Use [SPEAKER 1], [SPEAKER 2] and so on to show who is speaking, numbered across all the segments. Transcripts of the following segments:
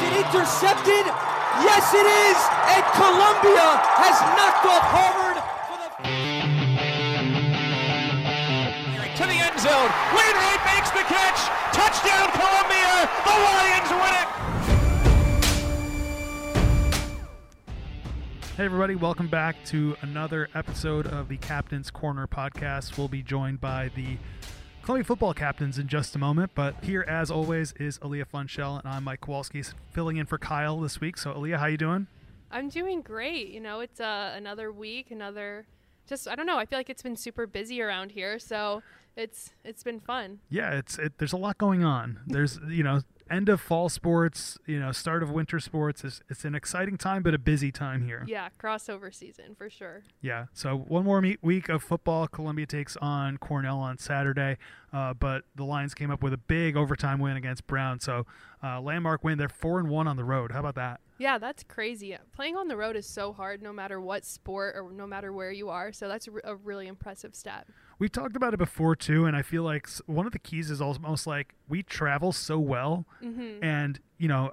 [SPEAKER 1] intercepted. Yes, it is. And Columbia has knocked off Harvard. For the-
[SPEAKER 2] to the end zone. Wainwright makes the catch. Touchdown, Columbia. The Lions win it.
[SPEAKER 3] Hey, everybody, welcome back to another episode of the Captain's Corner podcast. We'll be joined by the Columbia football captains in just a moment, but here, as always, is Aaliyah Funchell, and I'm Mike Kowalski, filling in for Kyle this week. So, Aaliyah, how you doing?
[SPEAKER 4] I'm doing great. You know, it's uh, another week, another just I don't know. I feel like it's been super busy around here, so it's it's been fun.
[SPEAKER 3] Yeah, it's it, there's a lot going on. There's you know end of fall sports, you know start of winter sports. It's, it's an exciting time, but a busy time here.
[SPEAKER 4] Yeah, crossover season for sure.
[SPEAKER 3] Yeah. So one more meet week of football. Columbia takes on Cornell on Saturday, uh, but the Lions came up with a big overtime win against Brown. So uh, landmark win. They're four and one on the road. How about that?
[SPEAKER 4] Yeah, that's crazy. Playing on the road is so hard no matter what sport or no matter where you are. So that's r- a really impressive stat.
[SPEAKER 3] We've talked about it before too, and I feel like s- one of the keys is almost like we travel so well, and you know.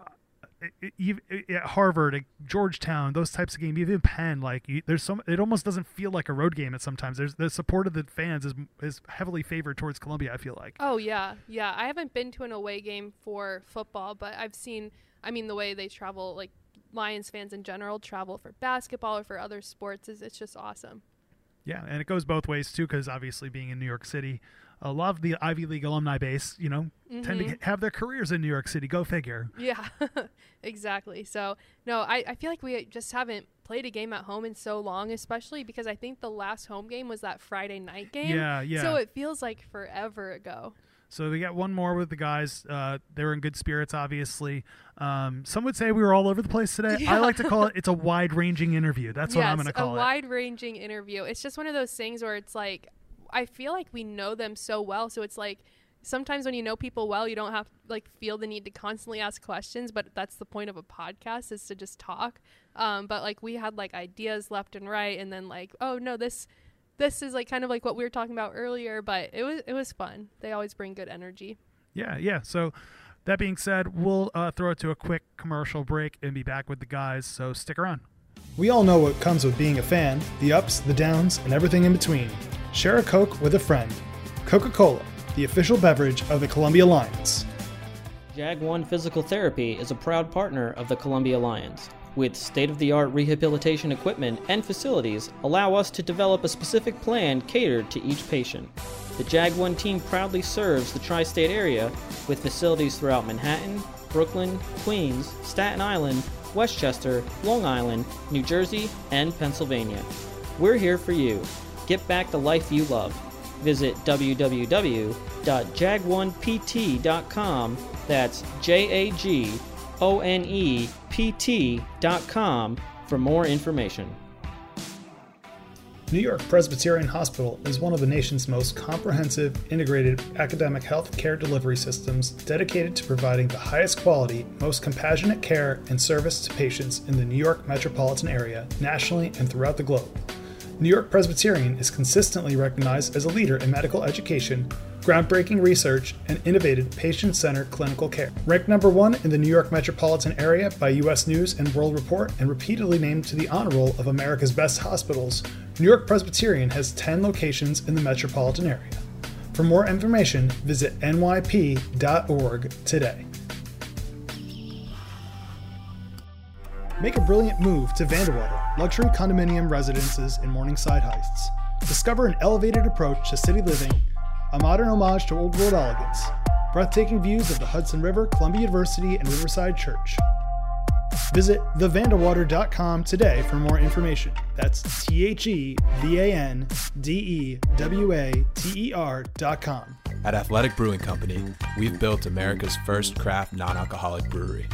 [SPEAKER 3] e, i- i- ev- i- At Harvard, at Georgetown, those types of games, even Penn, like you, there's some, it almost doesn't feel like a road game. At sometimes there's the support of the fans is is heavily favored towards Columbia. I feel like.
[SPEAKER 4] Oh yeah, yeah. I haven't been to an away game for football, but I've seen. I mean, the way they travel, like Lions fans in general travel for basketball or for other sports, is it's just awesome.
[SPEAKER 3] Yeah, and it goes both ways too, because obviously being in New York City, a lot of the Ivy League alumni base, you know, tend
[SPEAKER 4] Mm-hmm.
[SPEAKER 3] to get- have their careers in New York City. Go figure.
[SPEAKER 4] Yeah, exactly. So, no, I, I feel like we just haven't played a game at home in so long, especially because I think the last home game was that Friday night game.
[SPEAKER 3] Yeah, yeah.
[SPEAKER 4] So it feels like forever ago.
[SPEAKER 3] So we got one more with the guys. Uh, they were in good spirits, obviously. Um, some would say we were all over the place today. I
[SPEAKER 4] Yeah.
[SPEAKER 3] like to call it it's a wide ranging interview. That's what I'm going to
[SPEAKER 4] a
[SPEAKER 3] call it.
[SPEAKER 4] wide ranging interview. It's just one of those things where it's like, I feel like we know them so well. So it's like, sometimes when you know people well, you don't have like feel the need to constantly ask questions. But that's the point of a podcast is to just talk. Um, but like we had like ideas left and right, and then like, oh no, this this is like kind of like what we were talking about earlier. But it was it was fun. They always bring good energy.
[SPEAKER 3] Yeah, yeah. So that being said, we'll uh, throw it to a quick commercial break and be back with the guys. So stick around.
[SPEAKER 5] We all know what comes with being a fan the ups, the downs, and everything in between. Share a Coke with a friend. Coca Cola, the official beverage of the Columbia Lions.
[SPEAKER 6] Jag One Physical Therapy is a proud partner of the Columbia Lions. With state of the art rehabilitation equipment and facilities, allow us to develop a specific plan catered to each patient. The Jag One team proudly serves the tri state area with facilities throughout Manhattan, Brooklyn, Queens, Staten Island, Westchester, Long Island, New Jersey, and Pennsylvania. We're here for you. Get back the life you love. Visit www.jag1pt.com. That's J A G O N E P T.com for more information.
[SPEAKER 5] New York Presbyterian Hospital is one of the nation's most comprehensive, integrated academic health care delivery systems dedicated to providing the highest quality, most compassionate care and service to patients in the New York metropolitan area, nationally, and throughout the globe. New York Presbyterian is consistently recognized as a leader in medical education, groundbreaking research, and innovative patient centered clinical care. Ranked number one in the New York metropolitan area by U.S. News and World Report and repeatedly named to the honor roll of America's best hospitals, New York Presbyterian has 10 locations in the metropolitan area. For more information, visit nyp.org today. Make a brilliant move to Vanderwater, luxury condominium residences in Morningside Heights. Discover an elevated approach to city living, a modern homage to old world elegance, breathtaking views of the Hudson River, Columbia University, and Riverside Church. Visit thevandewater.com today for more information. That's T H E V A N D E W A T E R.com.
[SPEAKER 7] At Athletic Brewing Company, we've built America's first craft non alcoholic brewery.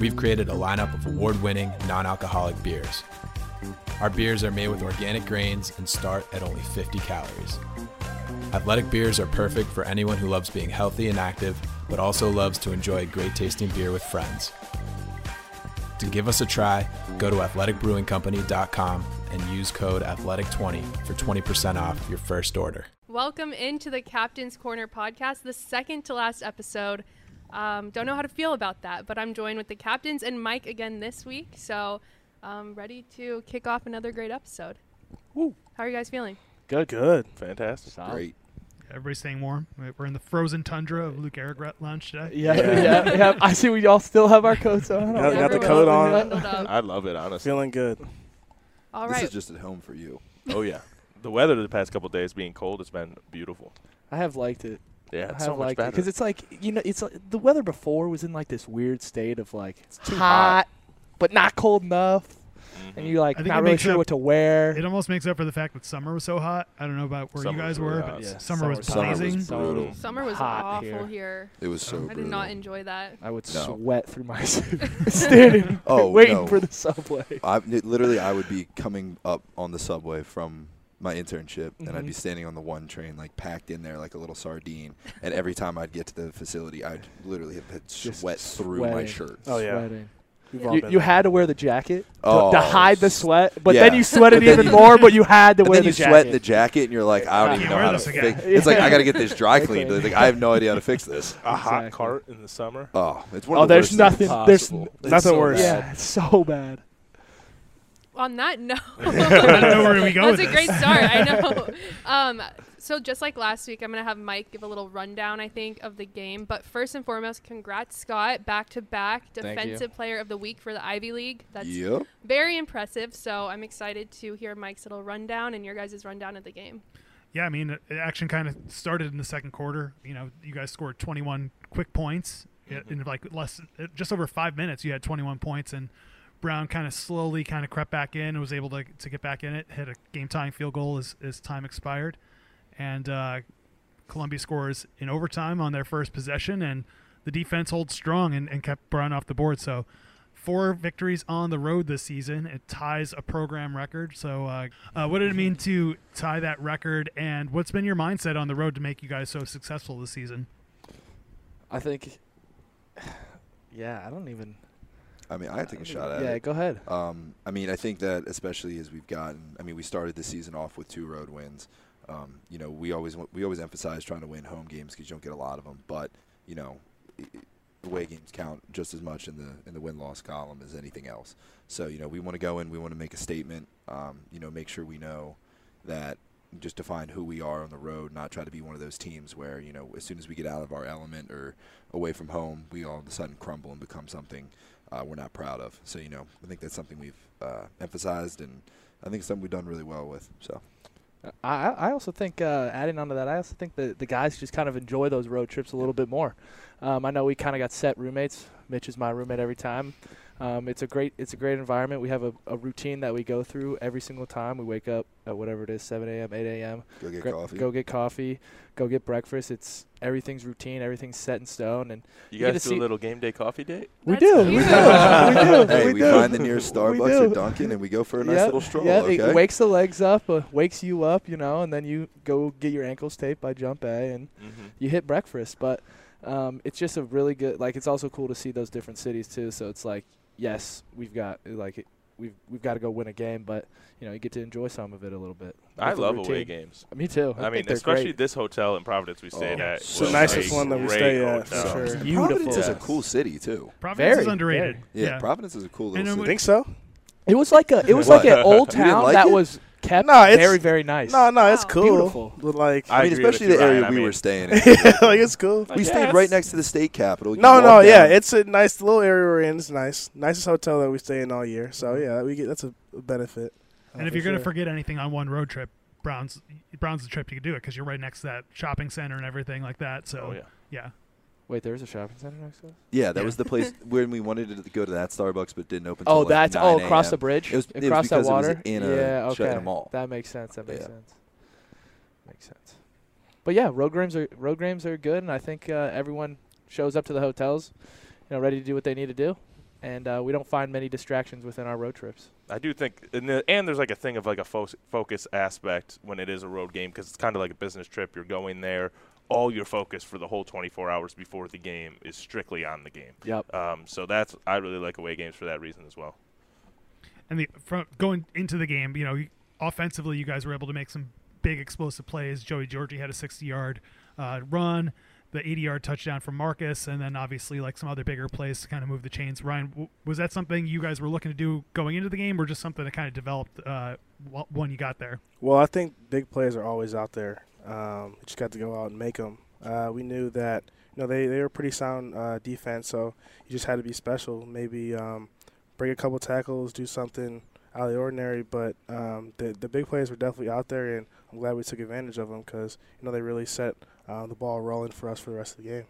[SPEAKER 7] We've created a lineup of award winning non alcoholic beers. Our beers are made with organic grains and start at only 50 calories. Athletic beers are perfect for anyone who loves being healthy and active, but also loves to enjoy a great tasting beer with friends. To give us a try, go to athleticbrewingcompany.com and use code ATHLETIC20 for 20% off your first order.
[SPEAKER 4] Welcome into the Captain's Corner podcast, the second to last episode. Um, don't know how to feel about that, but I'm joined with the captains and Mike again this week. So um, ready to kick off another great episode.
[SPEAKER 8] Woo.
[SPEAKER 4] How are you guys feeling?
[SPEAKER 8] Good, good, fantastic.
[SPEAKER 7] Great.
[SPEAKER 3] Everybody's staying warm. We- We're in the frozen tundra of Luke Aragrat lunch today.
[SPEAKER 9] Yeah, yeah, yeah, I see we all still have our coats on.
[SPEAKER 8] Got, got the
[SPEAKER 4] Everyone's
[SPEAKER 8] coat on.
[SPEAKER 4] bundled up.
[SPEAKER 8] I love it, honestly. Feeling good.
[SPEAKER 4] All
[SPEAKER 7] This
[SPEAKER 4] right.
[SPEAKER 7] is just at home for you.
[SPEAKER 8] Oh yeah. The weather the past couple days being cold has been beautiful.
[SPEAKER 9] I have liked it.
[SPEAKER 8] Yeah, it's
[SPEAKER 9] I
[SPEAKER 8] so much
[SPEAKER 9] have liked it
[SPEAKER 8] better.
[SPEAKER 9] because it's like you know, it's like, the weather before was in like this weird state of like it's
[SPEAKER 8] too hot.
[SPEAKER 9] hot, but not cold enough, and you're like
[SPEAKER 3] I think it
[SPEAKER 9] not really
[SPEAKER 3] makes
[SPEAKER 9] sure
[SPEAKER 3] up-
[SPEAKER 9] what to wear.
[SPEAKER 3] It almost makes up for the fact that summer was so hot. I don't know about where
[SPEAKER 8] Summer
[SPEAKER 3] you guys
[SPEAKER 8] was really
[SPEAKER 3] were,
[SPEAKER 8] hot.
[SPEAKER 3] but
[SPEAKER 8] Yeah,
[SPEAKER 3] s- summer, was
[SPEAKER 7] summer was
[SPEAKER 3] blazing.
[SPEAKER 7] brutal.
[SPEAKER 4] Summer was
[SPEAKER 9] hot
[SPEAKER 4] awful here.
[SPEAKER 9] here.
[SPEAKER 7] It was so
[SPEAKER 4] I
[SPEAKER 7] brutal.
[SPEAKER 4] did not enjoy that.
[SPEAKER 9] I would
[SPEAKER 7] No.
[SPEAKER 9] sweat through my standing
[SPEAKER 10] Oh,
[SPEAKER 9] waiting
[SPEAKER 10] no.
[SPEAKER 9] for the subway.
[SPEAKER 10] I literally I would be coming up on the subway from my internship, and I'd be
[SPEAKER 4] Mm-hmm.
[SPEAKER 9] Mhm.
[SPEAKER 10] standing on the one train, like packed in there, like a little sardine. And every time I'd get to the facility, I'd literally have had
[SPEAKER 9] Just
[SPEAKER 10] sweat through my
[SPEAKER 9] sweating.
[SPEAKER 10] shirt.
[SPEAKER 8] Oh, yeah.
[SPEAKER 9] Sweating.
[SPEAKER 8] We've
[SPEAKER 4] You-
[SPEAKER 8] all
[SPEAKER 9] You,
[SPEAKER 8] been
[SPEAKER 9] you
[SPEAKER 8] there.
[SPEAKER 9] had to wear the jacket to,
[SPEAKER 10] Oh,
[SPEAKER 9] to hide the
[SPEAKER 10] s-
[SPEAKER 9] sweat, but
[SPEAKER 10] yeah.
[SPEAKER 9] then you sweated
[SPEAKER 10] But then
[SPEAKER 9] even
[SPEAKER 10] you-
[SPEAKER 9] more. But you had to
[SPEAKER 10] And
[SPEAKER 9] wear
[SPEAKER 10] then you
[SPEAKER 9] the
[SPEAKER 10] sweat in the
[SPEAKER 9] jacket.
[SPEAKER 10] jacket, and you're like, I
[SPEAKER 9] I
[SPEAKER 10] don't even
[SPEAKER 3] can't
[SPEAKER 10] know
[SPEAKER 3] wear
[SPEAKER 10] how to
[SPEAKER 3] this again.
[SPEAKER 10] fix. It's like I got to get this dry
[SPEAKER 9] Exactly.
[SPEAKER 10] cleaned. It's like I have no idea how to fix this.
[SPEAKER 8] a hot
[SPEAKER 9] Exactly.
[SPEAKER 8] cart in the summer.
[SPEAKER 10] Oh, it's one
[SPEAKER 9] oh,
[SPEAKER 10] of the
[SPEAKER 9] there's
[SPEAKER 10] worst things
[SPEAKER 9] nothing. There's
[SPEAKER 10] possible.
[SPEAKER 9] n-
[SPEAKER 10] It's
[SPEAKER 8] nothing
[SPEAKER 10] so
[SPEAKER 8] worse.
[SPEAKER 10] bad.
[SPEAKER 9] yeah, it's so bad.
[SPEAKER 4] On that note,
[SPEAKER 3] I don't know where we go
[SPEAKER 4] That's
[SPEAKER 3] with
[SPEAKER 4] a
[SPEAKER 3] this.
[SPEAKER 4] great start. I know. Um, so just like last week, I'm gonna have Mike give a little rundown, I think, of the game. But first and foremost, congrats, Scott, back to back
[SPEAKER 9] you.
[SPEAKER 4] defensive player of the week for the Ivy League. That's
[SPEAKER 10] Yep.
[SPEAKER 4] very impressive. So I'm excited to hear Mike's little rundown and your guys' rundown of the game.
[SPEAKER 3] Yeah, I mean, the action kind of started in the second quarter. You know, you guys scored 21 quick points Yeah, in like less, uh, just over five minutes. You had 21 points, and Brown kind of slowly kind of crept back in and was able to, to get back in it. Hit a game tying field goal as, as time expired, and uh, Columbia scores in overtime on their first possession, and the defense holds strong and, and kept Brown off the board. So, four victories on the road this season. It ties a program record. So, uh, uh, what did it mean to tie that record, and what's been your mindset on the road to make you guys so successful this season?
[SPEAKER 9] I think. Yeah, I don't even.
[SPEAKER 10] I mean, I take a shot at
[SPEAKER 9] yeah,
[SPEAKER 10] it.
[SPEAKER 9] go ahead.
[SPEAKER 10] Um, I mean, I think that especially as we've gotten, I mean, we started the season off with two road wins. Um, you know, we always wa- we always emphasize trying to win home games because you don't get a lot of them. But you know, i- i- away games count just as much in the in the win loss column as anything else. So you know, we want to go in, we want to make a statement. Um, you know, make sure we know that just define who we are on the road, not try to be one of those teams where you know as soon as we get out of our element or away from home, we all of a sudden crumble and become something uh, we're not proud of. So you know, I think that's something we've uh, emphasized, and I think something we've done really well with. So
[SPEAKER 9] I I also think uh, adding on to that, I also think that the guys just kind of enjoy those road trips a little bit more. Um, I know we kind of got set roommates. Mitch is my roommate every time. Um, it's a great it's a great environment. We have a, a routine that we go through every single time. We wake up at whatever it is, 7 a.m., 8 a.m.
[SPEAKER 10] go get
[SPEAKER 9] gra-
[SPEAKER 10] coffee.
[SPEAKER 9] Go get coffee. Go get breakfast. It's everything's routine. Everything's set in stone. And
[SPEAKER 8] You
[SPEAKER 9] You get
[SPEAKER 8] guys
[SPEAKER 9] to
[SPEAKER 8] do a
[SPEAKER 9] see-
[SPEAKER 8] little game day coffee date?
[SPEAKER 9] we
[SPEAKER 4] That's
[SPEAKER 9] do.
[SPEAKER 4] cute.
[SPEAKER 9] We do. we do.
[SPEAKER 10] hey, we,
[SPEAKER 9] we do.
[SPEAKER 10] find the nearest
[SPEAKER 9] We
[SPEAKER 10] Starbucks or
[SPEAKER 9] do.
[SPEAKER 10] Dunkin', and we go for a nice
[SPEAKER 9] Yeah,
[SPEAKER 10] little stroll.
[SPEAKER 9] Yeah,
[SPEAKER 10] Oh, okay.
[SPEAKER 9] it wakes the legs up, uh, wakes you up, you know, and then you go get your ankles taped by Jump A, and
[SPEAKER 8] Mm-hmm.
[SPEAKER 9] you hit breakfast. But um, it's just a really good. Like it's also cool to see those different cities too. So it's like, yes, we've got like it, we've we've got to go win a game, but you know you get to enjoy some of it a little bit.
[SPEAKER 8] I
[SPEAKER 9] With the
[SPEAKER 8] love away
[SPEAKER 9] routine.
[SPEAKER 8] games.
[SPEAKER 9] Me too.
[SPEAKER 8] I,
[SPEAKER 9] I,
[SPEAKER 8] mean,
[SPEAKER 9] think they're
[SPEAKER 8] especially
[SPEAKER 9] great.
[SPEAKER 8] this hotel in Providence we stayed
[SPEAKER 10] Oh,
[SPEAKER 8] at.
[SPEAKER 10] so
[SPEAKER 8] was
[SPEAKER 10] nice.
[SPEAKER 8] a
[SPEAKER 10] one that we
[SPEAKER 8] great
[SPEAKER 9] stay at, for
[SPEAKER 8] hotel.
[SPEAKER 9] sure.
[SPEAKER 10] And Providence
[SPEAKER 9] Beautiful.
[SPEAKER 10] is a cool city too.
[SPEAKER 3] Providence is
[SPEAKER 9] Very,
[SPEAKER 3] underrated.
[SPEAKER 10] Yeah, Providence is a cool
[SPEAKER 3] And
[SPEAKER 10] little
[SPEAKER 3] then
[SPEAKER 10] city.
[SPEAKER 3] we-
[SPEAKER 8] Think so?
[SPEAKER 9] It was like a it was
[SPEAKER 10] What?
[SPEAKER 9] like an old
[SPEAKER 10] You didn't
[SPEAKER 9] town
[SPEAKER 10] like
[SPEAKER 9] that
[SPEAKER 10] it?
[SPEAKER 9] was kept
[SPEAKER 11] No, it's-
[SPEAKER 9] very very nice.
[SPEAKER 11] no, it's
[SPEAKER 4] Wow.
[SPEAKER 11] cool.
[SPEAKER 9] Beautiful.
[SPEAKER 11] But like,
[SPEAKER 8] I
[SPEAKER 10] I mean,
[SPEAKER 8] agree with
[SPEAKER 10] especially
[SPEAKER 8] you,
[SPEAKER 10] the
[SPEAKER 8] Ryan.
[SPEAKER 10] area
[SPEAKER 8] I
[SPEAKER 10] we
[SPEAKER 8] mean,
[SPEAKER 10] were staying in.
[SPEAKER 11] like it's cool.
[SPEAKER 10] we stayed right next to the state capitol. You
[SPEAKER 11] No,
[SPEAKER 10] walk
[SPEAKER 11] no, yeah,
[SPEAKER 10] down-
[SPEAKER 11] it's a nice little area we're in. It's nice, nicest hotel that we stay in all year. So yeah, we get that's a a benefit. uh,
[SPEAKER 3] And if
[SPEAKER 11] for
[SPEAKER 3] you're gonna
[SPEAKER 11] sure.
[SPEAKER 3] forget anything on one road trip, Brown's Brown's the trip you could do it because you're right next to that shopping center and everything like that. So
[SPEAKER 8] Oh, yeah.
[SPEAKER 3] yeah.
[SPEAKER 9] Wait, there's a shopping center next to us.
[SPEAKER 10] yeah, that
[SPEAKER 3] Yeah.
[SPEAKER 10] was the place when we wanted to go to that Starbucks, but didn't open.
[SPEAKER 9] Oh,
[SPEAKER 10] till, like,
[SPEAKER 9] that's
[SPEAKER 10] 9
[SPEAKER 9] oh across
[SPEAKER 10] a.m..
[SPEAKER 9] the bridge.
[SPEAKER 10] It was- it was
[SPEAKER 9] across
[SPEAKER 10] because
[SPEAKER 9] that
[SPEAKER 10] it was
[SPEAKER 9] water.
[SPEAKER 10] in a-
[SPEAKER 9] yeah,
[SPEAKER 10] shut
[SPEAKER 9] okay.
[SPEAKER 10] in a mall.
[SPEAKER 9] That makes sense. That makes
[SPEAKER 10] Yeah.
[SPEAKER 9] sense. Makes sense. But yeah, road games are road games are good, and I think uh, everyone shows up to the hotels, you know, ready to do what they need to do, and uh, we don't find many distractions within our road trips.
[SPEAKER 8] I do think, and, the, and there's like a thing of like a fo- focus aspect when it is a road game because it's kind of like a business trip. You're going there, all your focus for the whole 24 hours before the game is strictly on the game.
[SPEAKER 9] Yep.
[SPEAKER 8] Um, so that's I really like away games for that reason as well.
[SPEAKER 3] And the from going into the game, you know, you- offensively, you guys were able to make some big explosive plays. Joey Georgie had a 60 yard uh, run. the 80 yard touchdown from Marcus, and then obviously like some other bigger plays to kind of move the chains. Ryan, w- was that something you guys were looking to do going into the game, or just something that kind of developed uh, wh- when you got there?
[SPEAKER 11] Well, I think big plays are always out there. Um, you just got to go out and make them. Uh, we knew that you know they they were pretty sound uh, defense, so you just had to be special. Maybe um, break a couple tackles, do something out of the ordinary. But um, the the big plays were definitely out there, and I'm glad we took advantage of them because you know they really set uh, the ball rolling for us for the rest of the game.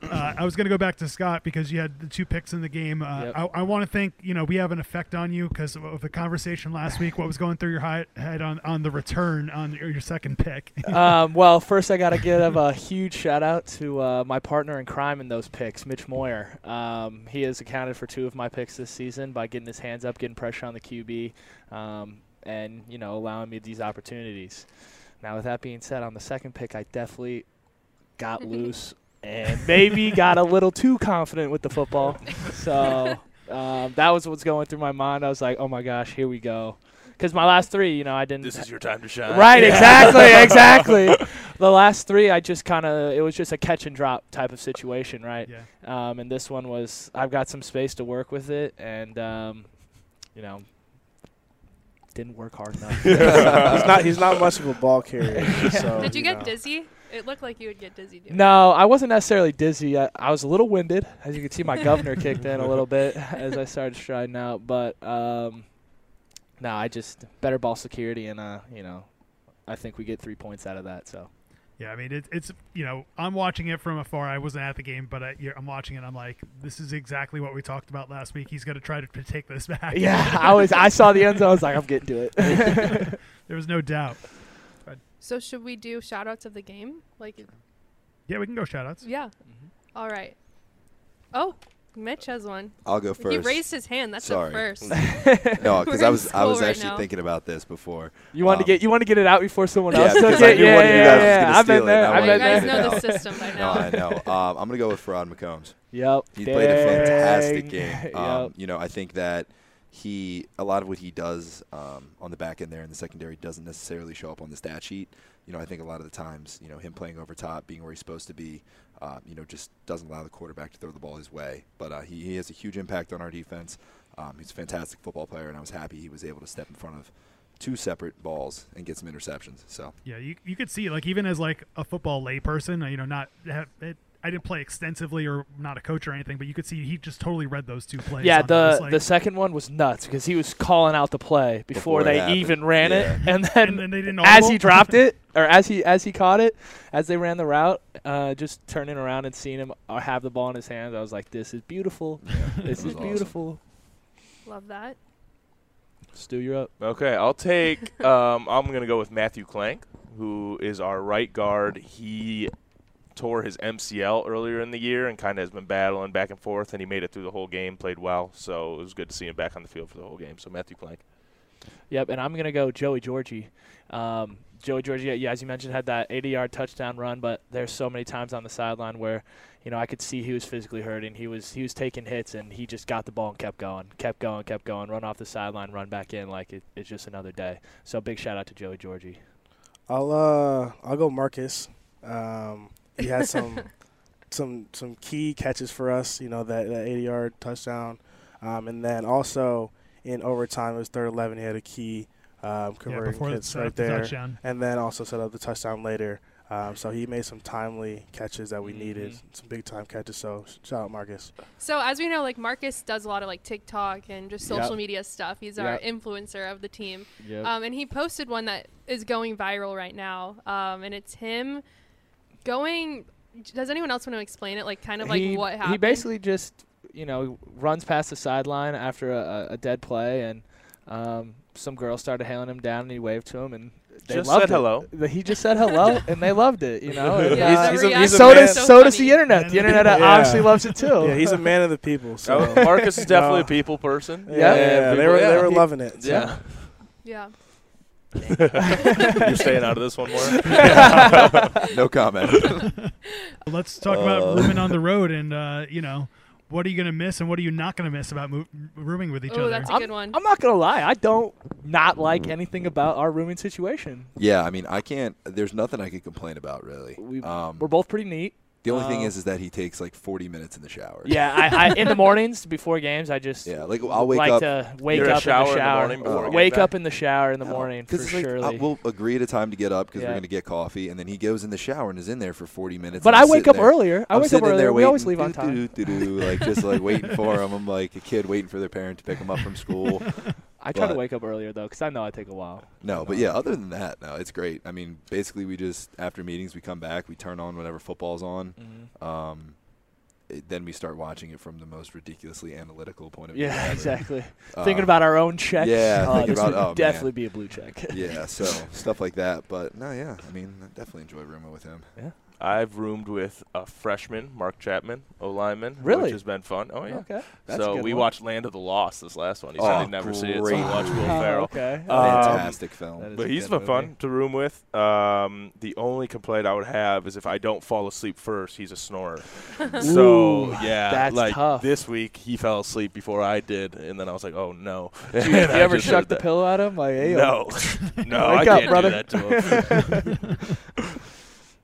[SPEAKER 3] Uh, I was going to go back to Scott because you had the two picks in the game. Uh,
[SPEAKER 6] Yep.
[SPEAKER 3] I, I want to think you know we have an effect on you because of the conversation last week. What was going through your hi- head on, on the return on your, your second pick?
[SPEAKER 9] um, well, first I got to give a huge shout out to uh, my partner in crime in those picks, Mitch Moyer. Um, he has accounted for two of my picks this season by getting his hands up, getting pressure on the QB, um, and you know allowing me these opportunities. Now, with that being said, on the second pick, I definitely got loose and maybe got a little too confident with the football. So um, that was what's going through my mind. I was like, oh my gosh, here we go. Because my last three, you know, I didn't.
[SPEAKER 8] This is your time to shine.
[SPEAKER 9] Right, exactly, exactly. The last three, I just kind of it was just a catch and drop type of situation, right?
[SPEAKER 3] Yeah.
[SPEAKER 9] Um, and this one was I've got some space to work with it, and um, you know, didn't work hard enough.
[SPEAKER 11] he's not he's not much of a ball carrier. So,
[SPEAKER 4] Did you get
[SPEAKER 11] know.
[SPEAKER 4] dizzy? It looked like you would get dizzy. Doing
[SPEAKER 9] No, I wasn't necessarily dizzy. I, I was a little winded, as you can see. My governor kicked in a little bit as I started striding out, but um, no, I just better ball security, and uh, you know, I think we get three points out of that. So
[SPEAKER 3] yeah, I mean it, it's you know I'm watching it from afar. I wasn't at the game, but I, yeah, I'm watching it. I'm like, this is exactly what we talked about last week. He's going to try to p- take this back.
[SPEAKER 9] yeah, I was. I saw the end zone. I was like, I'm getting to it.
[SPEAKER 3] there was no doubt.
[SPEAKER 4] So should we do shout outs of the game? Like,
[SPEAKER 3] Yeah, we can go shout outs.
[SPEAKER 4] yeah. All right. Oh, Mitch has one.
[SPEAKER 10] I'll go first.
[SPEAKER 4] He raised his hand. That's
[SPEAKER 10] Sorry.
[SPEAKER 4] a first.
[SPEAKER 10] no, because I
[SPEAKER 4] We're in
[SPEAKER 10] was I was
[SPEAKER 4] school right
[SPEAKER 10] actually
[SPEAKER 4] now.
[SPEAKER 10] thinking about this before.
[SPEAKER 9] you wanted
[SPEAKER 10] Um,
[SPEAKER 9] to get. You wanted to get it out before someone
[SPEAKER 10] Yeah,
[SPEAKER 9] else took
[SPEAKER 10] because I
[SPEAKER 9] it.
[SPEAKER 10] knew
[SPEAKER 9] Yeah,
[SPEAKER 10] one of you guys was
[SPEAKER 9] yeah,
[SPEAKER 10] gonna
[SPEAKER 9] yeah. I've
[SPEAKER 10] steal
[SPEAKER 9] been
[SPEAKER 10] it,
[SPEAKER 9] there.
[SPEAKER 10] and I
[SPEAKER 9] I've
[SPEAKER 4] Oh, you
[SPEAKER 10] wasn't
[SPEAKER 9] been
[SPEAKER 4] guys
[SPEAKER 9] there.
[SPEAKER 10] gonna
[SPEAKER 4] know
[SPEAKER 10] No.
[SPEAKER 4] the system by now.
[SPEAKER 10] No, I know. Um, I'm gonna go with Farad McCombs.
[SPEAKER 9] Yep.
[SPEAKER 10] He played a fantastic
[SPEAKER 9] Dang.
[SPEAKER 10] game. Um,
[SPEAKER 9] Yep.
[SPEAKER 10] You know, I think that he a lot of what he does um, on the back end there in the secondary doesn't necessarily show up on the stat sheet. You know, I think a lot of the times, you know, him playing over top, being where he's supposed to be, uh, you know, just doesn't allow the quarterback to throw the ball his way. But uh, he, he has a huge impact on our defense. Um, he's a fantastic football player, and I was happy he was able to step in front of two separate balls and get some interceptions. So
[SPEAKER 3] Yeah, you, you could see like even as like a football layperson, you know, not have, it, I didn't play extensively or not a coach or anything, but you could see he just totally read those two plays.
[SPEAKER 9] Yeah,
[SPEAKER 3] on those,
[SPEAKER 9] the
[SPEAKER 3] like-
[SPEAKER 9] the second one was nuts because he was calling out the play
[SPEAKER 10] Before
[SPEAKER 9] before,
[SPEAKER 10] it
[SPEAKER 9] they
[SPEAKER 10] happened.
[SPEAKER 9] even ran it, and then,
[SPEAKER 3] and then they didn't
[SPEAKER 9] as
[SPEAKER 3] audible.
[SPEAKER 9] he dropped it or as he as he caught it, as they ran the route, uh, just turning around and seeing him uh, have the ball in his hands, I was like, "This is beautiful. this
[SPEAKER 10] was
[SPEAKER 9] is
[SPEAKER 10] awesome.
[SPEAKER 9] beautiful."
[SPEAKER 4] Love that.
[SPEAKER 9] Stu, you're up.
[SPEAKER 8] Okay, I'll take. um, I'm going to go with Matthew Clank, who is our right guard. He tore his MCL earlier in the year and kind of has been battling back and forth, and he made it through the whole game, played well. So it was good to see him back on the field for the whole game. So Matthew Clank.
[SPEAKER 9] Yep, and I'm gonna go Joey Georgie. Um, Joey Georgie, yeah, as you mentioned, had that 80-yard touchdown run, but there's so many times on the sideline where, you know, I could see he was physically hurting. He was he was taking hits, and he just got the ball and kept going, kept going, kept going, run off the sideline, run back in, like it, it's just another day. So big shout out to Joey Georgie.
[SPEAKER 11] I'll uh I'll go Marcus. Um, he had some some some key catches for us. You know that that 80 yard touchdown, um, and then also in overtime it was third 11. He had a key um,
[SPEAKER 3] yeah,
[SPEAKER 11] converting
[SPEAKER 3] before
[SPEAKER 11] hits
[SPEAKER 3] the, uh,
[SPEAKER 11] right
[SPEAKER 3] the
[SPEAKER 11] there,
[SPEAKER 3] touchdown.
[SPEAKER 11] and then also set up the touchdown later. Um, so he made some timely catches that we needed,
[SPEAKER 9] Mhm.
[SPEAKER 11] some big time catches. So shout out Marcus.
[SPEAKER 4] So as we know, like Marcus does a lot of like TikTok and just social
[SPEAKER 9] Yep.
[SPEAKER 4] media stuff. He's our
[SPEAKER 9] Yep.
[SPEAKER 4] influencer of the team.
[SPEAKER 9] Yep.
[SPEAKER 4] Um, and he posted one that is going viral right now. Um, and it's him going. Does anyone else want to explain it? Like, kind of like
[SPEAKER 9] he,
[SPEAKER 4] what happened?
[SPEAKER 9] He basically just, you know, runs past the sideline after a, a- a dead play, and um, some girls started hailing him down, and he waved to him, and they
[SPEAKER 8] Just
[SPEAKER 9] loved
[SPEAKER 8] said
[SPEAKER 9] it.
[SPEAKER 8] hello.
[SPEAKER 9] Th- He just said hello, and they loved it. You know, And,
[SPEAKER 4] Yeah,
[SPEAKER 9] uh,
[SPEAKER 4] He's- he's a- he's a
[SPEAKER 9] so
[SPEAKER 4] man.
[SPEAKER 9] does
[SPEAKER 4] so
[SPEAKER 9] so does
[SPEAKER 4] funny.
[SPEAKER 9] the internet. The internet uh,
[SPEAKER 11] Yeah.
[SPEAKER 9] obviously loves it too.
[SPEAKER 8] Oh.
[SPEAKER 11] Yeah, he's a man of the people. So
[SPEAKER 8] Uh, Marcus is definitely a people person.
[SPEAKER 11] yeah,
[SPEAKER 9] Yeah,
[SPEAKER 11] they
[SPEAKER 8] people-
[SPEAKER 11] were
[SPEAKER 8] yeah.
[SPEAKER 11] they were loving it. so.
[SPEAKER 8] Yeah.
[SPEAKER 4] yeah.
[SPEAKER 8] You're staying out of this one more.
[SPEAKER 10] no comment.
[SPEAKER 3] Let's talk about rooming on the road and uh, you know what are you going to miss and what are you not going to miss about mo- rooming with each
[SPEAKER 4] Oh,
[SPEAKER 3] other?
[SPEAKER 4] that's a
[SPEAKER 9] I'm,
[SPEAKER 4] good one.
[SPEAKER 9] I'm not gonna lie. I don't not like anything about our rooming situation.
[SPEAKER 10] yeah, I mean, I can't. There's nothing I could complain about really.
[SPEAKER 9] We-
[SPEAKER 10] um,
[SPEAKER 9] We're both pretty neat.
[SPEAKER 10] The only thing
[SPEAKER 9] Oh.
[SPEAKER 10] is, is that he takes like 40 minutes in the shower.
[SPEAKER 9] Yeah, I, I in the mornings before games, I just
[SPEAKER 10] Yeah, like I'll wake
[SPEAKER 9] like
[SPEAKER 10] up.
[SPEAKER 9] to wake
[SPEAKER 8] You're a
[SPEAKER 9] up
[SPEAKER 8] shower
[SPEAKER 9] in
[SPEAKER 8] in
[SPEAKER 9] the
[SPEAKER 8] the
[SPEAKER 9] shower.
[SPEAKER 8] morning before
[SPEAKER 10] Oh.
[SPEAKER 8] you get
[SPEAKER 9] wake
[SPEAKER 8] back.
[SPEAKER 9] up in the shower in the morning for
[SPEAKER 10] because
[SPEAKER 9] surely.
[SPEAKER 10] we'll agree at a time to get up because
[SPEAKER 9] Yeah.
[SPEAKER 10] we're gonna get coffee, and then he goes in the shower and is in there for 40 minutes.
[SPEAKER 9] but
[SPEAKER 10] and
[SPEAKER 9] I
[SPEAKER 10] I'm
[SPEAKER 9] wake
[SPEAKER 10] sitting
[SPEAKER 9] up
[SPEAKER 10] there.
[SPEAKER 9] earlier. I
[SPEAKER 10] I'm
[SPEAKER 9] wake up
[SPEAKER 10] sitting in
[SPEAKER 9] earlier.
[SPEAKER 10] there
[SPEAKER 9] We always leave
[SPEAKER 10] waiting,
[SPEAKER 9] on time.
[SPEAKER 10] doo-doo-doo-doo-doo, like just like waiting for him. I'm like a kid waiting for their parent to pick him up from school.
[SPEAKER 9] I try to
[SPEAKER 10] but-
[SPEAKER 9] wake up earlier though, because I know I take a while.
[SPEAKER 10] No, but yeah, other than that, no, it's great. I mean, basically, we just after meetings we come back, we turn on whenever football's on.
[SPEAKER 9] Mm-hmm.
[SPEAKER 10] Um, it, then we start watching it from the most ridiculously analytical point of view.
[SPEAKER 9] Yeah,
[SPEAKER 10] ever.
[SPEAKER 9] exactly.
[SPEAKER 10] Uh,
[SPEAKER 9] thinking about our own checks.
[SPEAKER 10] yeah,
[SPEAKER 9] oh,
[SPEAKER 10] thinking
[SPEAKER 9] this
[SPEAKER 10] about-
[SPEAKER 9] would
[SPEAKER 10] oh, man.
[SPEAKER 9] definitely be a blue check.
[SPEAKER 10] yeah, so stuff like that. But no, yeah, I mean, I definitely enjoy rooming with him.
[SPEAKER 8] I've roomed with a freshman, Mark Chapman, O lineman,
[SPEAKER 9] Really?
[SPEAKER 8] which has been fun. Oh yeah.
[SPEAKER 9] Okay. That's a
[SPEAKER 8] so
[SPEAKER 9] good
[SPEAKER 8] we
[SPEAKER 9] one.
[SPEAKER 8] watched Land of the Lost this last one. He
[SPEAKER 10] Oh,
[SPEAKER 8] said he'd never see it. So we
[SPEAKER 10] great
[SPEAKER 8] watched Will
[SPEAKER 10] movie.
[SPEAKER 9] Oh,
[SPEAKER 8] Ferrell.
[SPEAKER 9] okay.
[SPEAKER 8] Um,
[SPEAKER 10] Fantastic film.
[SPEAKER 9] that is
[SPEAKER 8] But
[SPEAKER 9] a
[SPEAKER 8] he's
[SPEAKER 9] good
[SPEAKER 8] been
[SPEAKER 9] movie.
[SPEAKER 8] fun to room with. Um, the only complaint I would have is if I don't fall asleep first, he's a snorer. so
[SPEAKER 9] Ooh,
[SPEAKER 8] yeah,
[SPEAKER 9] that's
[SPEAKER 8] like
[SPEAKER 9] tough.
[SPEAKER 8] this week he fell asleep before I did, and then I was like, oh no.
[SPEAKER 9] Dude, Uh, you
[SPEAKER 8] And I
[SPEAKER 9] ever
[SPEAKER 8] just
[SPEAKER 9] shuck
[SPEAKER 8] did
[SPEAKER 9] the
[SPEAKER 8] that.
[SPEAKER 9] pillow at him? Like, hey,
[SPEAKER 8] No, no, I can't
[SPEAKER 9] Wake up,
[SPEAKER 8] do
[SPEAKER 9] brother.
[SPEAKER 8] that to him.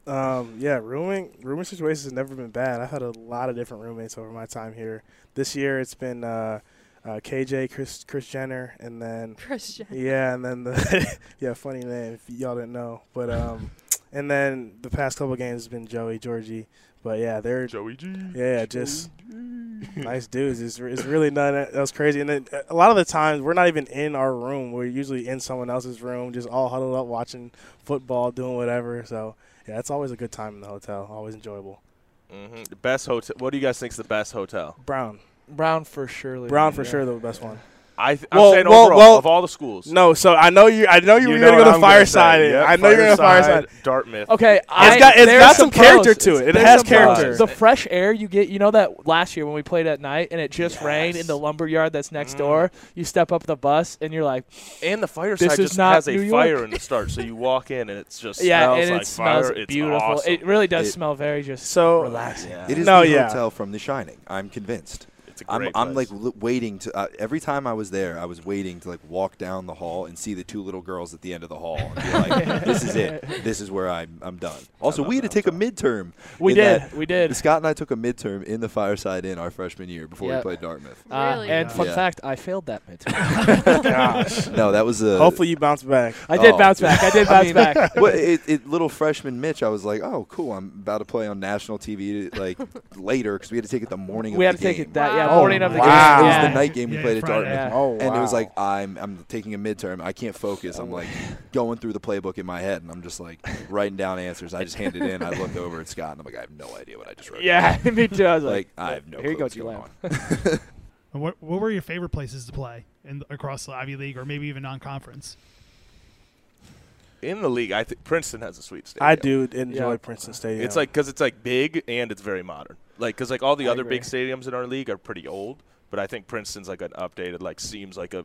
[SPEAKER 11] Um, yeah, rooming rooming situations have never been bad. I've had a lot of different roommates over my time here. This year, it's been uh, uh, KJ, Chris, Chris Jenner, and then
[SPEAKER 4] Christian.
[SPEAKER 11] yeah, and then the yeah, funny name if y'all didn't know. But um, and then the past couple games has been Joey, Georgie. But yeah, they're
[SPEAKER 8] Joey G.
[SPEAKER 11] yeah, just nice dudes. It's, re- it's really not that was crazy. And then uh, a lot of the times we're not even in our room. We're usually in someone else's room, just all huddled up watching football, doing whatever. So yeah, it's always a good time in the hotel. Always enjoyable.
[SPEAKER 8] hmm The best hotel. What do you guys think's the best hotel?
[SPEAKER 11] Brown,
[SPEAKER 9] Brown for surely.
[SPEAKER 11] Brown for sure the best one.
[SPEAKER 8] I th-
[SPEAKER 11] Well,
[SPEAKER 8] I'm saying
[SPEAKER 11] well,
[SPEAKER 8] overall
[SPEAKER 11] well,
[SPEAKER 8] of all the schools.
[SPEAKER 11] No, so I know you. I know you, were
[SPEAKER 8] know
[SPEAKER 11] gonna
[SPEAKER 8] what
[SPEAKER 11] go to
[SPEAKER 8] I'm gonna
[SPEAKER 11] fireside.
[SPEAKER 8] say.
[SPEAKER 11] it.
[SPEAKER 8] Yep,
[SPEAKER 11] I know you're gonna fireside.
[SPEAKER 8] Dartmouth.
[SPEAKER 9] Okay, I,
[SPEAKER 11] It's got- it's
[SPEAKER 9] there's
[SPEAKER 11] got some character
[SPEAKER 9] pros.
[SPEAKER 11] to it. It
[SPEAKER 9] There's
[SPEAKER 11] has
[SPEAKER 9] some pros.
[SPEAKER 8] character.
[SPEAKER 9] The fresh air you get, you know that last year when we played at night and it just rained in the lumber yard that's next door. You step up the bus and you're like,
[SPEAKER 8] And the fireside
[SPEAKER 9] is
[SPEAKER 8] just
[SPEAKER 9] not
[SPEAKER 8] has a
[SPEAKER 9] New York.
[SPEAKER 8] fire in the start, so you walk in and it's just
[SPEAKER 9] yeah,
[SPEAKER 8] smells
[SPEAKER 9] and it
[SPEAKER 8] like
[SPEAKER 9] smells
[SPEAKER 8] fire. It's
[SPEAKER 9] beautiful.
[SPEAKER 8] awesome.
[SPEAKER 9] It really does
[SPEAKER 10] It-
[SPEAKER 9] smell very just
[SPEAKER 11] So-
[SPEAKER 9] relaxing.
[SPEAKER 8] Yeah.
[SPEAKER 10] It is
[SPEAKER 11] No,
[SPEAKER 10] the
[SPEAKER 11] yeah.
[SPEAKER 10] hotel from The Shining. I'm convinced.
[SPEAKER 8] It's a
[SPEAKER 10] I'm,
[SPEAKER 8] great
[SPEAKER 10] I'm like
[SPEAKER 8] place.
[SPEAKER 10] l- waiting to uh, every time I was there, I was waiting to like walk down the hall and see the two little girls at the end of the hall. And be like, this is it. This is where I'm. I'm done. Also, we had to take a midterm.
[SPEAKER 9] We
[SPEAKER 10] in
[SPEAKER 9] did.
[SPEAKER 10] that-
[SPEAKER 9] We did.
[SPEAKER 10] Scott and I took a midterm in the Fireside Inn our freshman year before
[SPEAKER 9] Yeah.
[SPEAKER 10] we played Dartmouth.
[SPEAKER 9] Uh,
[SPEAKER 4] Really?
[SPEAKER 9] And fun
[SPEAKER 10] Yeah.
[SPEAKER 9] fact, I failed that midterm.
[SPEAKER 10] No, that was a.
[SPEAKER 11] Hopefully you bounce back.
[SPEAKER 9] I did
[SPEAKER 10] Oh.
[SPEAKER 9] bounce back. I did bounce back.
[SPEAKER 10] well, it, it, little freshman Mitch, I was like, oh, cool. I'm about to play on national TV like later because we had to take it the morning.
[SPEAKER 9] We
[SPEAKER 10] of
[SPEAKER 9] had to
[SPEAKER 10] the
[SPEAKER 9] take
[SPEAKER 10] game.
[SPEAKER 9] it that yeah
[SPEAKER 4] Wow.
[SPEAKER 9] morning of the
[SPEAKER 11] Wow.
[SPEAKER 9] game.
[SPEAKER 10] It was
[SPEAKER 9] Yeah.
[SPEAKER 10] the night game we
[SPEAKER 3] Yeah,
[SPEAKER 10] played at
[SPEAKER 3] Friday.
[SPEAKER 10] Dartmouth.
[SPEAKER 9] Yeah.
[SPEAKER 11] Oh,
[SPEAKER 10] And it was
[SPEAKER 11] wow.
[SPEAKER 10] like I'm I'm taking a midterm. I can't focus. I'm like going through the playbook in my head, and I'm just like writing down answers. I just hand it in. I look over at Scott, and I'm like, I have no idea what I just wrote.
[SPEAKER 9] Yeah, me too. I was
[SPEAKER 10] down. like
[SPEAKER 9] like,
[SPEAKER 10] I have no.
[SPEAKER 9] Here you
[SPEAKER 10] clue
[SPEAKER 9] go,
[SPEAKER 10] what's going
[SPEAKER 9] G-Lab.
[SPEAKER 10] on.
[SPEAKER 3] And What what were your favorite places to play in across the Ivy League or maybe even non-conference?
[SPEAKER 8] in the league. I think Princeton has a sweet stadium.
[SPEAKER 11] I do enjoy
[SPEAKER 9] Yeah.
[SPEAKER 11] Princeton Stadium.
[SPEAKER 8] It's like because it's like big and it's very modern. Like because like all the
[SPEAKER 9] I
[SPEAKER 8] other big
[SPEAKER 9] agree.
[SPEAKER 8] stadiums in our league are pretty old, but I think Princeton's like an updated. Like seems like a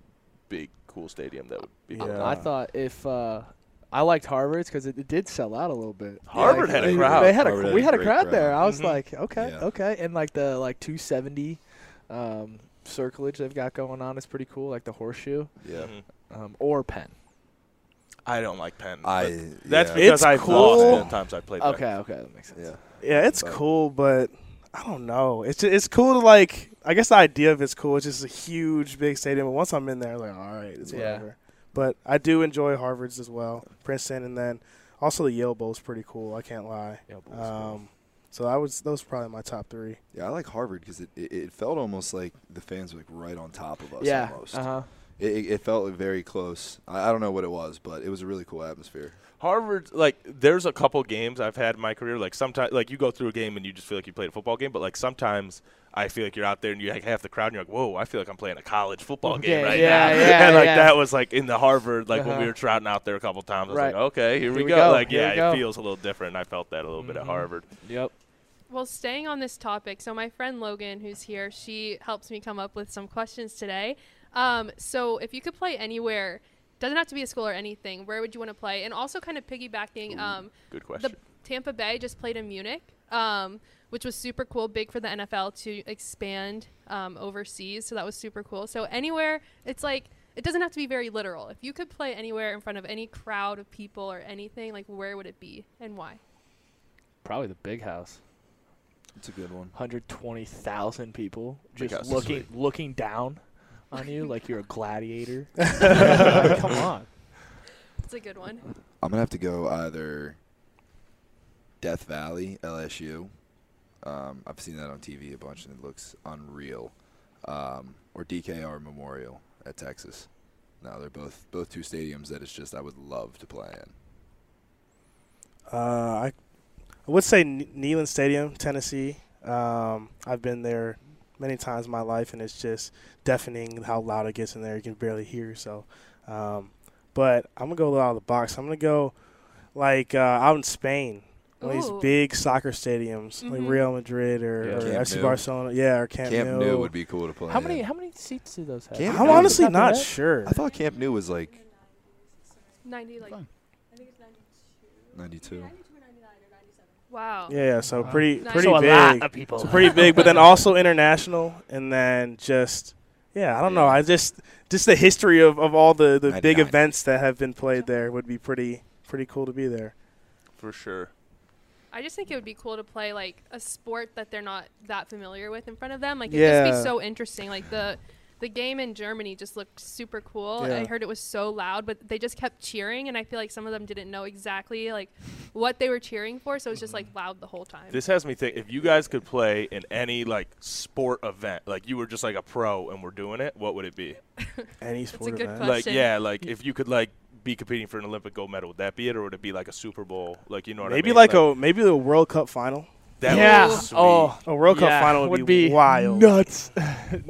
[SPEAKER 8] big cool stadium that would be. built.
[SPEAKER 11] Yeah.
[SPEAKER 9] I thought if uh, I liked Harvard's because it, it did sell out a little bit. Mm-hmm.
[SPEAKER 8] Harvard
[SPEAKER 9] Like,
[SPEAKER 8] had a
[SPEAKER 9] they-
[SPEAKER 8] crowd.
[SPEAKER 9] They had a,
[SPEAKER 10] Harvard had
[SPEAKER 9] we
[SPEAKER 10] a
[SPEAKER 9] had a
[SPEAKER 10] Oh, great
[SPEAKER 9] crowd,
[SPEAKER 10] crowd.
[SPEAKER 9] there. I was
[SPEAKER 8] Mhm.
[SPEAKER 9] like, okay,
[SPEAKER 10] Yeah.
[SPEAKER 9] okay, and like the like 270 um, circlage they've got going on is pretty cool, like the horseshoe
[SPEAKER 10] Yeah,
[SPEAKER 8] Mhm.
[SPEAKER 9] um, or pen.
[SPEAKER 8] I don't like Penn.
[SPEAKER 10] I.
[SPEAKER 8] but That's
[SPEAKER 10] yeah.
[SPEAKER 8] because
[SPEAKER 11] It's
[SPEAKER 8] I've
[SPEAKER 11] cool.
[SPEAKER 8] lost all the times I played.
[SPEAKER 9] Okay,
[SPEAKER 8] There.
[SPEAKER 9] okay, that makes sense.
[SPEAKER 10] Yeah.
[SPEAKER 11] Yeah, it's
[SPEAKER 10] But-
[SPEAKER 11] cool, but I don't know. It's it's cool to like. I guess the idea of it's cool. It's just a huge, big stadium. But once I'm in there, I'm like, all right, it's
[SPEAKER 9] Yeah.
[SPEAKER 11] whatever. But I do enjoy Harvard's as well, Princeton, and then also the Yale Bowl's pretty cool. I can't lie.
[SPEAKER 9] Yeah, boys.
[SPEAKER 11] Um, so I was those were probably my top three.
[SPEAKER 10] Yeah, I like Harvard because it, it, it felt almost like the fans were like right on top of us.
[SPEAKER 9] yeah.
[SPEAKER 10] almost.
[SPEAKER 9] Uh-huh.
[SPEAKER 10] It, it, it felt very close. I, I don't know what it was, but it was a really cool atmosphere.
[SPEAKER 8] Harvard, like, there's a couple games I've had in my career. Like, sometimes, like, you go through a game and you just feel like you played a football game, but, like, sometimes I feel like you're out there and you like, half the crowd and you're like, whoa, I feel like I'm playing a college football game
[SPEAKER 9] Yeah,
[SPEAKER 8] right
[SPEAKER 9] yeah,
[SPEAKER 8] now.
[SPEAKER 9] yeah,
[SPEAKER 8] and, like,
[SPEAKER 9] yeah.
[SPEAKER 8] that was, like, in the Harvard, like, when
[SPEAKER 9] Uh-huh.
[SPEAKER 8] we were trotting out there a couple times, I was
[SPEAKER 9] Right.
[SPEAKER 8] like, okay, here, we,
[SPEAKER 9] we
[SPEAKER 8] go.
[SPEAKER 9] go,
[SPEAKER 8] Like,
[SPEAKER 9] here
[SPEAKER 8] yeah,
[SPEAKER 9] we go. Mm-hmm.
[SPEAKER 8] it feels a little different. And I felt that a little bit at Harvard.
[SPEAKER 9] Yep.
[SPEAKER 4] Well, staying on this topic, so my friend Logan, who's here, she helps me come up with some questions today. Um, so if you could play anywhere, doesn't have to be a school or anything, where would you want to play? And also, kind of piggybacking, um,
[SPEAKER 8] Good
[SPEAKER 4] the
[SPEAKER 8] question.
[SPEAKER 4] Tampa Bay just played in Munich, um, which was super cool, big for the NFL to expand um, overseas. So that was super cool. So anywhere, it's like it doesn't have to be very literal. If you could play anywhere in front of any crowd of people or anything, like where would it be and why?
[SPEAKER 9] Probably the big house.
[SPEAKER 10] It's a good one.
[SPEAKER 9] 120,000 people
[SPEAKER 10] Make out
[SPEAKER 9] just
[SPEAKER 10] this
[SPEAKER 9] looking
[SPEAKER 10] week.
[SPEAKER 9] looking down on you like you're a gladiator. Like, come on.
[SPEAKER 4] It's a good one.
[SPEAKER 10] I'm gonna have to go either Death Valley, LSU. Um, I've seen that on TV a bunch, and it looks unreal. Um, or DKR Memorial at Texas. No, they're both both two stadiums that it's just I would love to play in.
[SPEAKER 11] Uh, I, I would say N- Neyland Stadium, Tennessee. Um, I've been there many times in my life, and it's just deafening how loud it gets in there. You can barely hear. So, um, but I'm gonna go out of the box. I'm gonna go like uh, out in Spain. One of
[SPEAKER 4] Ooh.
[SPEAKER 11] these big soccer stadiums, like
[SPEAKER 4] Mhm.
[SPEAKER 11] Real Madrid or,
[SPEAKER 8] Yeah.
[SPEAKER 11] or
[SPEAKER 10] Camp
[SPEAKER 11] FC
[SPEAKER 10] Nou.
[SPEAKER 11] Barcelona, yeah, or Camp,
[SPEAKER 10] Camp
[SPEAKER 11] Nou.
[SPEAKER 10] Nou would be cool to play.
[SPEAKER 9] How many
[SPEAKER 10] in.
[SPEAKER 9] how many seats do those have?
[SPEAKER 10] Camp
[SPEAKER 11] I'm
[SPEAKER 10] Nou?
[SPEAKER 11] honestly
[SPEAKER 9] Nothing
[SPEAKER 11] not
[SPEAKER 9] there?
[SPEAKER 11] sure.
[SPEAKER 10] I thought Camp Nou was like
[SPEAKER 4] 90, like,
[SPEAKER 3] Fine.
[SPEAKER 10] 92.
[SPEAKER 4] wow.
[SPEAKER 11] Yeah, yeah, so pretty,
[SPEAKER 4] Nice.
[SPEAKER 11] pretty
[SPEAKER 9] so a
[SPEAKER 11] big.
[SPEAKER 9] lot of people.
[SPEAKER 11] So pretty big, but then also international, and then just yeah, I don't know.
[SPEAKER 10] Yeah.
[SPEAKER 11] I just just the history of, of all the, the
[SPEAKER 10] Ninety
[SPEAKER 11] big
[SPEAKER 10] nine.
[SPEAKER 11] events that have been played there would be pretty pretty cool to be there.
[SPEAKER 8] for sure.
[SPEAKER 4] I just think it would be cool to play like a sport that they're not that familiar with in front of them. Like it'd just
[SPEAKER 11] Yeah.
[SPEAKER 4] be so interesting. Like the the game in Germany just looked super cool.
[SPEAKER 11] Yeah.
[SPEAKER 4] I heard it was so loud, but they just kept cheering and I feel like some of them didn't know exactly like what they were cheering for, so it was just like loud the whole time.
[SPEAKER 8] This has me think if you guys could play in any like sport event, like you were just like a pro and we're doing it, what would it be?
[SPEAKER 11] Any
[SPEAKER 4] a
[SPEAKER 11] sport
[SPEAKER 4] good
[SPEAKER 11] event.
[SPEAKER 4] question.
[SPEAKER 8] Like yeah, like if you could like be competing for an Olympic gold medal, would that be it, or would it be like a Super Bowl? Like you know what I mean?
[SPEAKER 11] Maybe like a maybe the World Cup final.
[SPEAKER 8] that
[SPEAKER 9] yeah.
[SPEAKER 8] would be sweet.
[SPEAKER 9] Oh,
[SPEAKER 11] A World
[SPEAKER 9] yeah,
[SPEAKER 11] Cup final would, be, wild.
[SPEAKER 9] Nuts.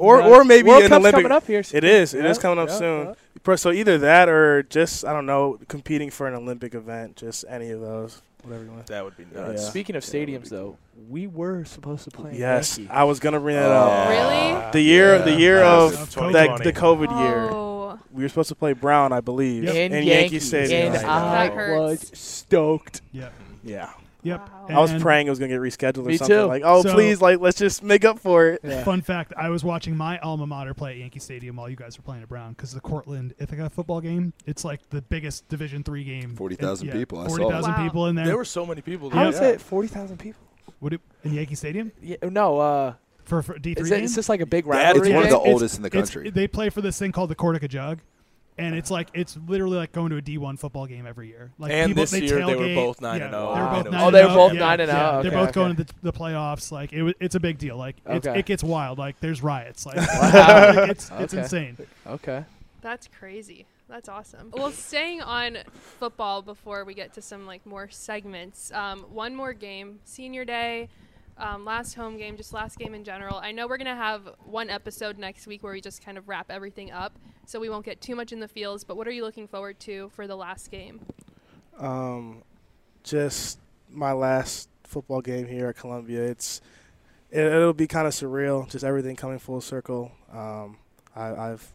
[SPEAKER 11] Or or maybe
[SPEAKER 9] World
[SPEAKER 11] an
[SPEAKER 9] Cup's
[SPEAKER 11] Olympic.
[SPEAKER 9] coming up here.
[SPEAKER 11] It is. It is
[SPEAKER 9] Yeah,
[SPEAKER 11] coming up
[SPEAKER 9] yeah,
[SPEAKER 11] soon.
[SPEAKER 9] yeah.
[SPEAKER 11] Pro- So either that or just I don't know, competing for an Olympic event. Just any of those, whatever you want.
[SPEAKER 8] that would be
[SPEAKER 11] Yeah.
[SPEAKER 8] nuts.
[SPEAKER 9] Speaking of
[SPEAKER 10] Yeah, that would be
[SPEAKER 9] stadiums, though, we were supposed to play. in
[SPEAKER 11] Yes,
[SPEAKER 9] Yankee.
[SPEAKER 11] I was gonna bring that
[SPEAKER 10] Oh.
[SPEAKER 11] up.
[SPEAKER 4] Really?
[SPEAKER 11] The year,
[SPEAKER 10] Yeah.
[SPEAKER 11] the year
[SPEAKER 8] That
[SPEAKER 11] of
[SPEAKER 8] was
[SPEAKER 3] of
[SPEAKER 8] totally
[SPEAKER 11] that
[SPEAKER 8] funny.
[SPEAKER 11] the COVID year.
[SPEAKER 4] Oh.
[SPEAKER 11] We were supposed to play Brown, I believe,
[SPEAKER 3] Yep.
[SPEAKER 11] in, Yankee, Stadium.
[SPEAKER 9] and
[SPEAKER 10] That
[SPEAKER 9] I
[SPEAKER 4] hurts.
[SPEAKER 9] was stoked.
[SPEAKER 3] Yeah.
[SPEAKER 11] yeah,
[SPEAKER 3] Yep.
[SPEAKER 4] Wow.
[SPEAKER 11] I was
[SPEAKER 3] And-
[SPEAKER 11] praying it was gonna get rescheduled or
[SPEAKER 9] Me
[SPEAKER 11] something.
[SPEAKER 9] too.
[SPEAKER 11] Like, oh
[SPEAKER 3] So-
[SPEAKER 11] please, like let's just make up for it.
[SPEAKER 3] Fun fact: I was watching my alma mater play at Yankee Stadium while you guys were playing at Brown because the Cortland Ithaca football game. It's like the biggest Division three game.
[SPEAKER 10] 40,000
[SPEAKER 3] It-
[SPEAKER 10] people, I saw it.
[SPEAKER 3] Forty thousand
[SPEAKER 4] Wow.
[SPEAKER 3] people in there.
[SPEAKER 8] There were so many people.
[SPEAKER 3] How
[SPEAKER 8] there.
[SPEAKER 9] How
[SPEAKER 3] is
[SPEAKER 9] is
[SPEAKER 8] Yeah.
[SPEAKER 9] it? Forty thousand people.
[SPEAKER 3] Would it in Yankee Stadium
[SPEAKER 9] Yeah, no, uh,
[SPEAKER 3] for, for D three
[SPEAKER 9] is,
[SPEAKER 3] game?
[SPEAKER 9] it, is this like a big
[SPEAKER 8] That
[SPEAKER 9] rivalry?
[SPEAKER 10] It's one
[SPEAKER 3] Yeah.
[SPEAKER 10] of the
[SPEAKER 9] game?
[SPEAKER 3] It's-
[SPEAKER 10] oldest in the
[SPEAKER 3] It's-
[SPEAKER 10] country.
[SPEAKER 3] they play for this thing called the Cortica Jug, and it's like it's literally like going to a D one football game every year. Like
[SPEAKER 8] And
[SPEAKER 3] people,
[SPEAKER 8] this year, they were
[SPEAKER 3] tailgate.
[SPEAKER 8] both 9
[SPEAKER 3] yeah,
[SPEAKER 8] and 0.
[SPEAKER 3] They were
[SPEAKER 9] Wow.
[SPEAKER 3] both
[SPEAKER 9] Oh,
[SPEAKER 3] 9
[SPEAKER 9] they were
[SPEAKER 3] and 0.
[SPEAKER 9] both
[SPEAKER 3] Yeah,
[SPEAKER 9] 9 and 0.
[SPEAKER 3] yeah.
[SPEAKER 9] Okay,
[SPEAKER 3] they're both
[SPEAKER 9] okay.
[SPEAKER 3] going to the, the playoffs. Like it, wa- it's a big deal. Like it's,
[SPEAKER 9] Okay.
[SPEAKER 3] it gets wild. Like there's riots. Like,
[SPEAKER 9] Wow.
[SPEAKER 3] like, it's it's
[SPEAKER 9] Okay.
[SPEAKER 3] insane.
[SPEAKER 9] okay.
[SPEAKER 4] That's crazy. That's awesome. Well, staying on football before we get to some like more segments. Um, one more game, senior day, um, last home game, just last game in general. I know we're gonna have one episode next week where we just kind of wrap everything up, so we won't get too much in the fields. But what are you looking forward to for the last game?
[SPEAKER 11] Um, just my last football game here at Columbia. It's it, it'll be kind of surreal. Just everything coming full circle. Um, I, I've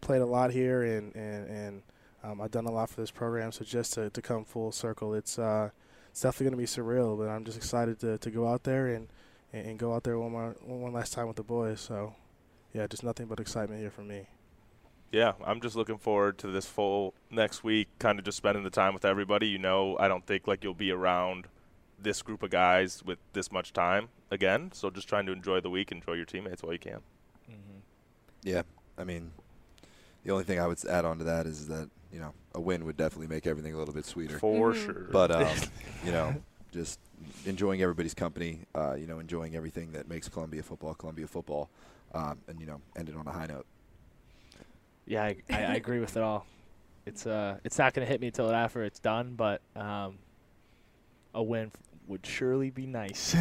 [SPEAKER 11] played a lot here, and and and um, I've done a lot for this program. So just to, to come full circle, it's uh, it's definitely going to be surreal. But I'm just excited to, to go out there and, and and go out there one more one last time with the boys. So yeah, just nothing but excitement here for me.
[SPEAKER 8] Yeah, I'm just looking forward to this full next week, kind of just spending the time with everybody. You know, I don't think like you'll be around this group of guys with this much time again. So just trying to enjoy the week, enjoy your teammates while you can.
[SPEAKER 10] Yeah, I mean, the only thing I would s- add on to that is that you know a win would definitely make everything a little bit sweeter.
[SPEAKER 8] For
[SPEAKER 9] Mm-hmm.
[SPEAKER 4] Mhm.
[SPEAKER 8] sure.
[SPEAKER 10] But um, you know, just enjoying everybody's company. Uh, you know, enjoying everything that makes Columbia football, Columbia football, um, and you know, end it on a high note.
[SPEAKER 9] Yeah, I, I, I agree with it all. It's uh, it's not gonna hit me until after it's done, but um, a win f- would surely be nice.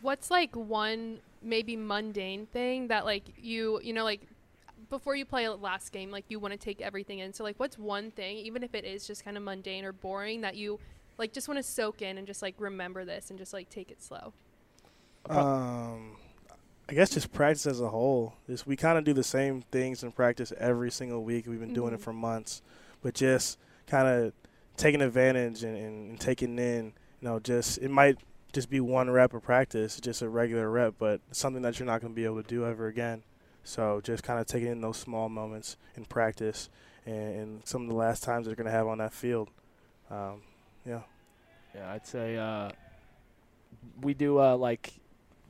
[SPEAKER 4] What's like one maybe mundane thing that like you you know like before you play a last game like you want to take everything in. So like what's one thing even if it is just kind of mundane or boring that you like just want to soak in and just like remember this and just like take it slow.
[SPEAKER 11] Um, I guess just practice as a whole. Just we kind of do the same things in practice every single week. We've been doing it
[SPEAKER 4] Mhm.
[SPEAKER 11] for months, but just kind of taking advantage and, and, and taking in. You know, just it might just be one rep of practice, just a regular rep, but something that you're not going to be able to do ever again. So just kind of taking in those small moments in practice and, and some of the last times they're going to have on that field. Um,
[SPEAKER 9] Yeah, I'd say uh, we do uh, like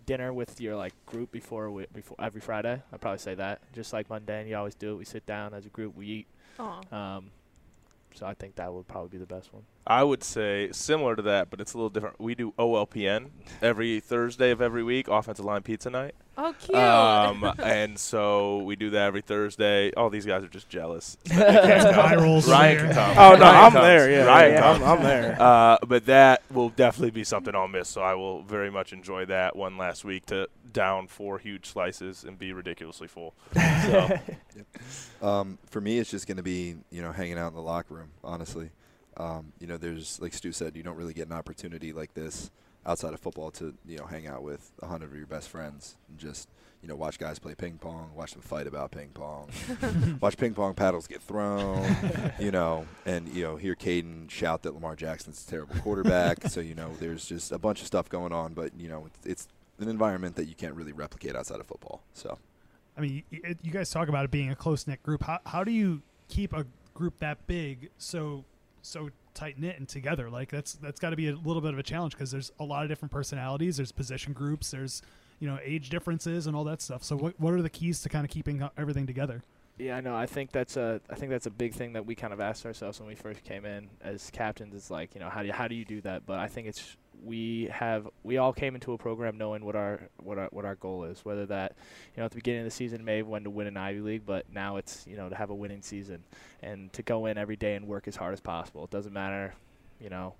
[SPEAKER 9] dinner with your like group before we, before every Friday. I probably say that just like mundane. You always do it. We sit down as a group. We eat.
[SPEAKER 4] Aw.
[SPEAKER 9] Um, so I think that would probably be the best one.
[SPEAKER 8] I would say similar to that, but it's a little different. We do OLPN every Thursday of every week, offensive line pizza night.
[SPEAKER 4] Oh, cute.
[SPEAKER 8] Um, and so we do that every Thursday. All these guys are just jealous. They can't come.
[SPEAKER 3] Eye rolls
[SPEAKER 8] Ryan
[SPEAKER 3] there.
[SPEAKER 8] can come.
[SPEAKER 11] Oh no,
[SPEAKER 8] Ryan
[SPEAKER 11] I'm
[SPEAKER 8] comes.
[SPEAKER 11] there. Yeah,
[SPEAKER 8] Ryan
[SPEAKER 11] yeah, I'm,
[SPEAKER 8] comes.
[SPEAKER 11] I'm there.
[SPEAKER 8] Uh, but that will definitely be something I'll miss. So I will very much enjoy that one last week to down four huge slices and be ridiculously full. So
[SPEAKER 10] Um, for me, it's just going to be you know hanging out in the locker room. Honestly, um, you know, there's like Stu said, you don't really get an opportunity like this outside of football to you know hang out with a hundred of your best friends and just you know watch guys play ping pong, watch them fight about ping pong, watch ping pong paddles get thrown, you know, and you know hear Caden shout that Lamar Jackson's a terrible quarterback. so you know, there's just a bunch of stuff going on, but you know, it's, it's an environment that you can't really replicate outside of football. So.
[SPEAKER 3] I mean, y- it, you guys talk about it being a close knit group. How, how do you keep a group that big so so tight knit and together? Like that's that's got to be a little bit of a challenge because there's a lot of different personalities. There's position groups. There's you know age differences and all that stuff. So what what are the keys to kind of keeping uh, everything together?
[SPEAKER 9] Yeah, I know. I think that's a I think that's a big thing that we kind of asked ourselves when we first came in as captains. It's like you know how do you, how do you do that? But I think it's we have we all came into a program knowing what our what our what our goal is. Whether that you know at the beginning of the season may when to win an Ivy League, but now it's you know to have a winning season and to go in every day and work as hard as possible. It doesn't matter, you know,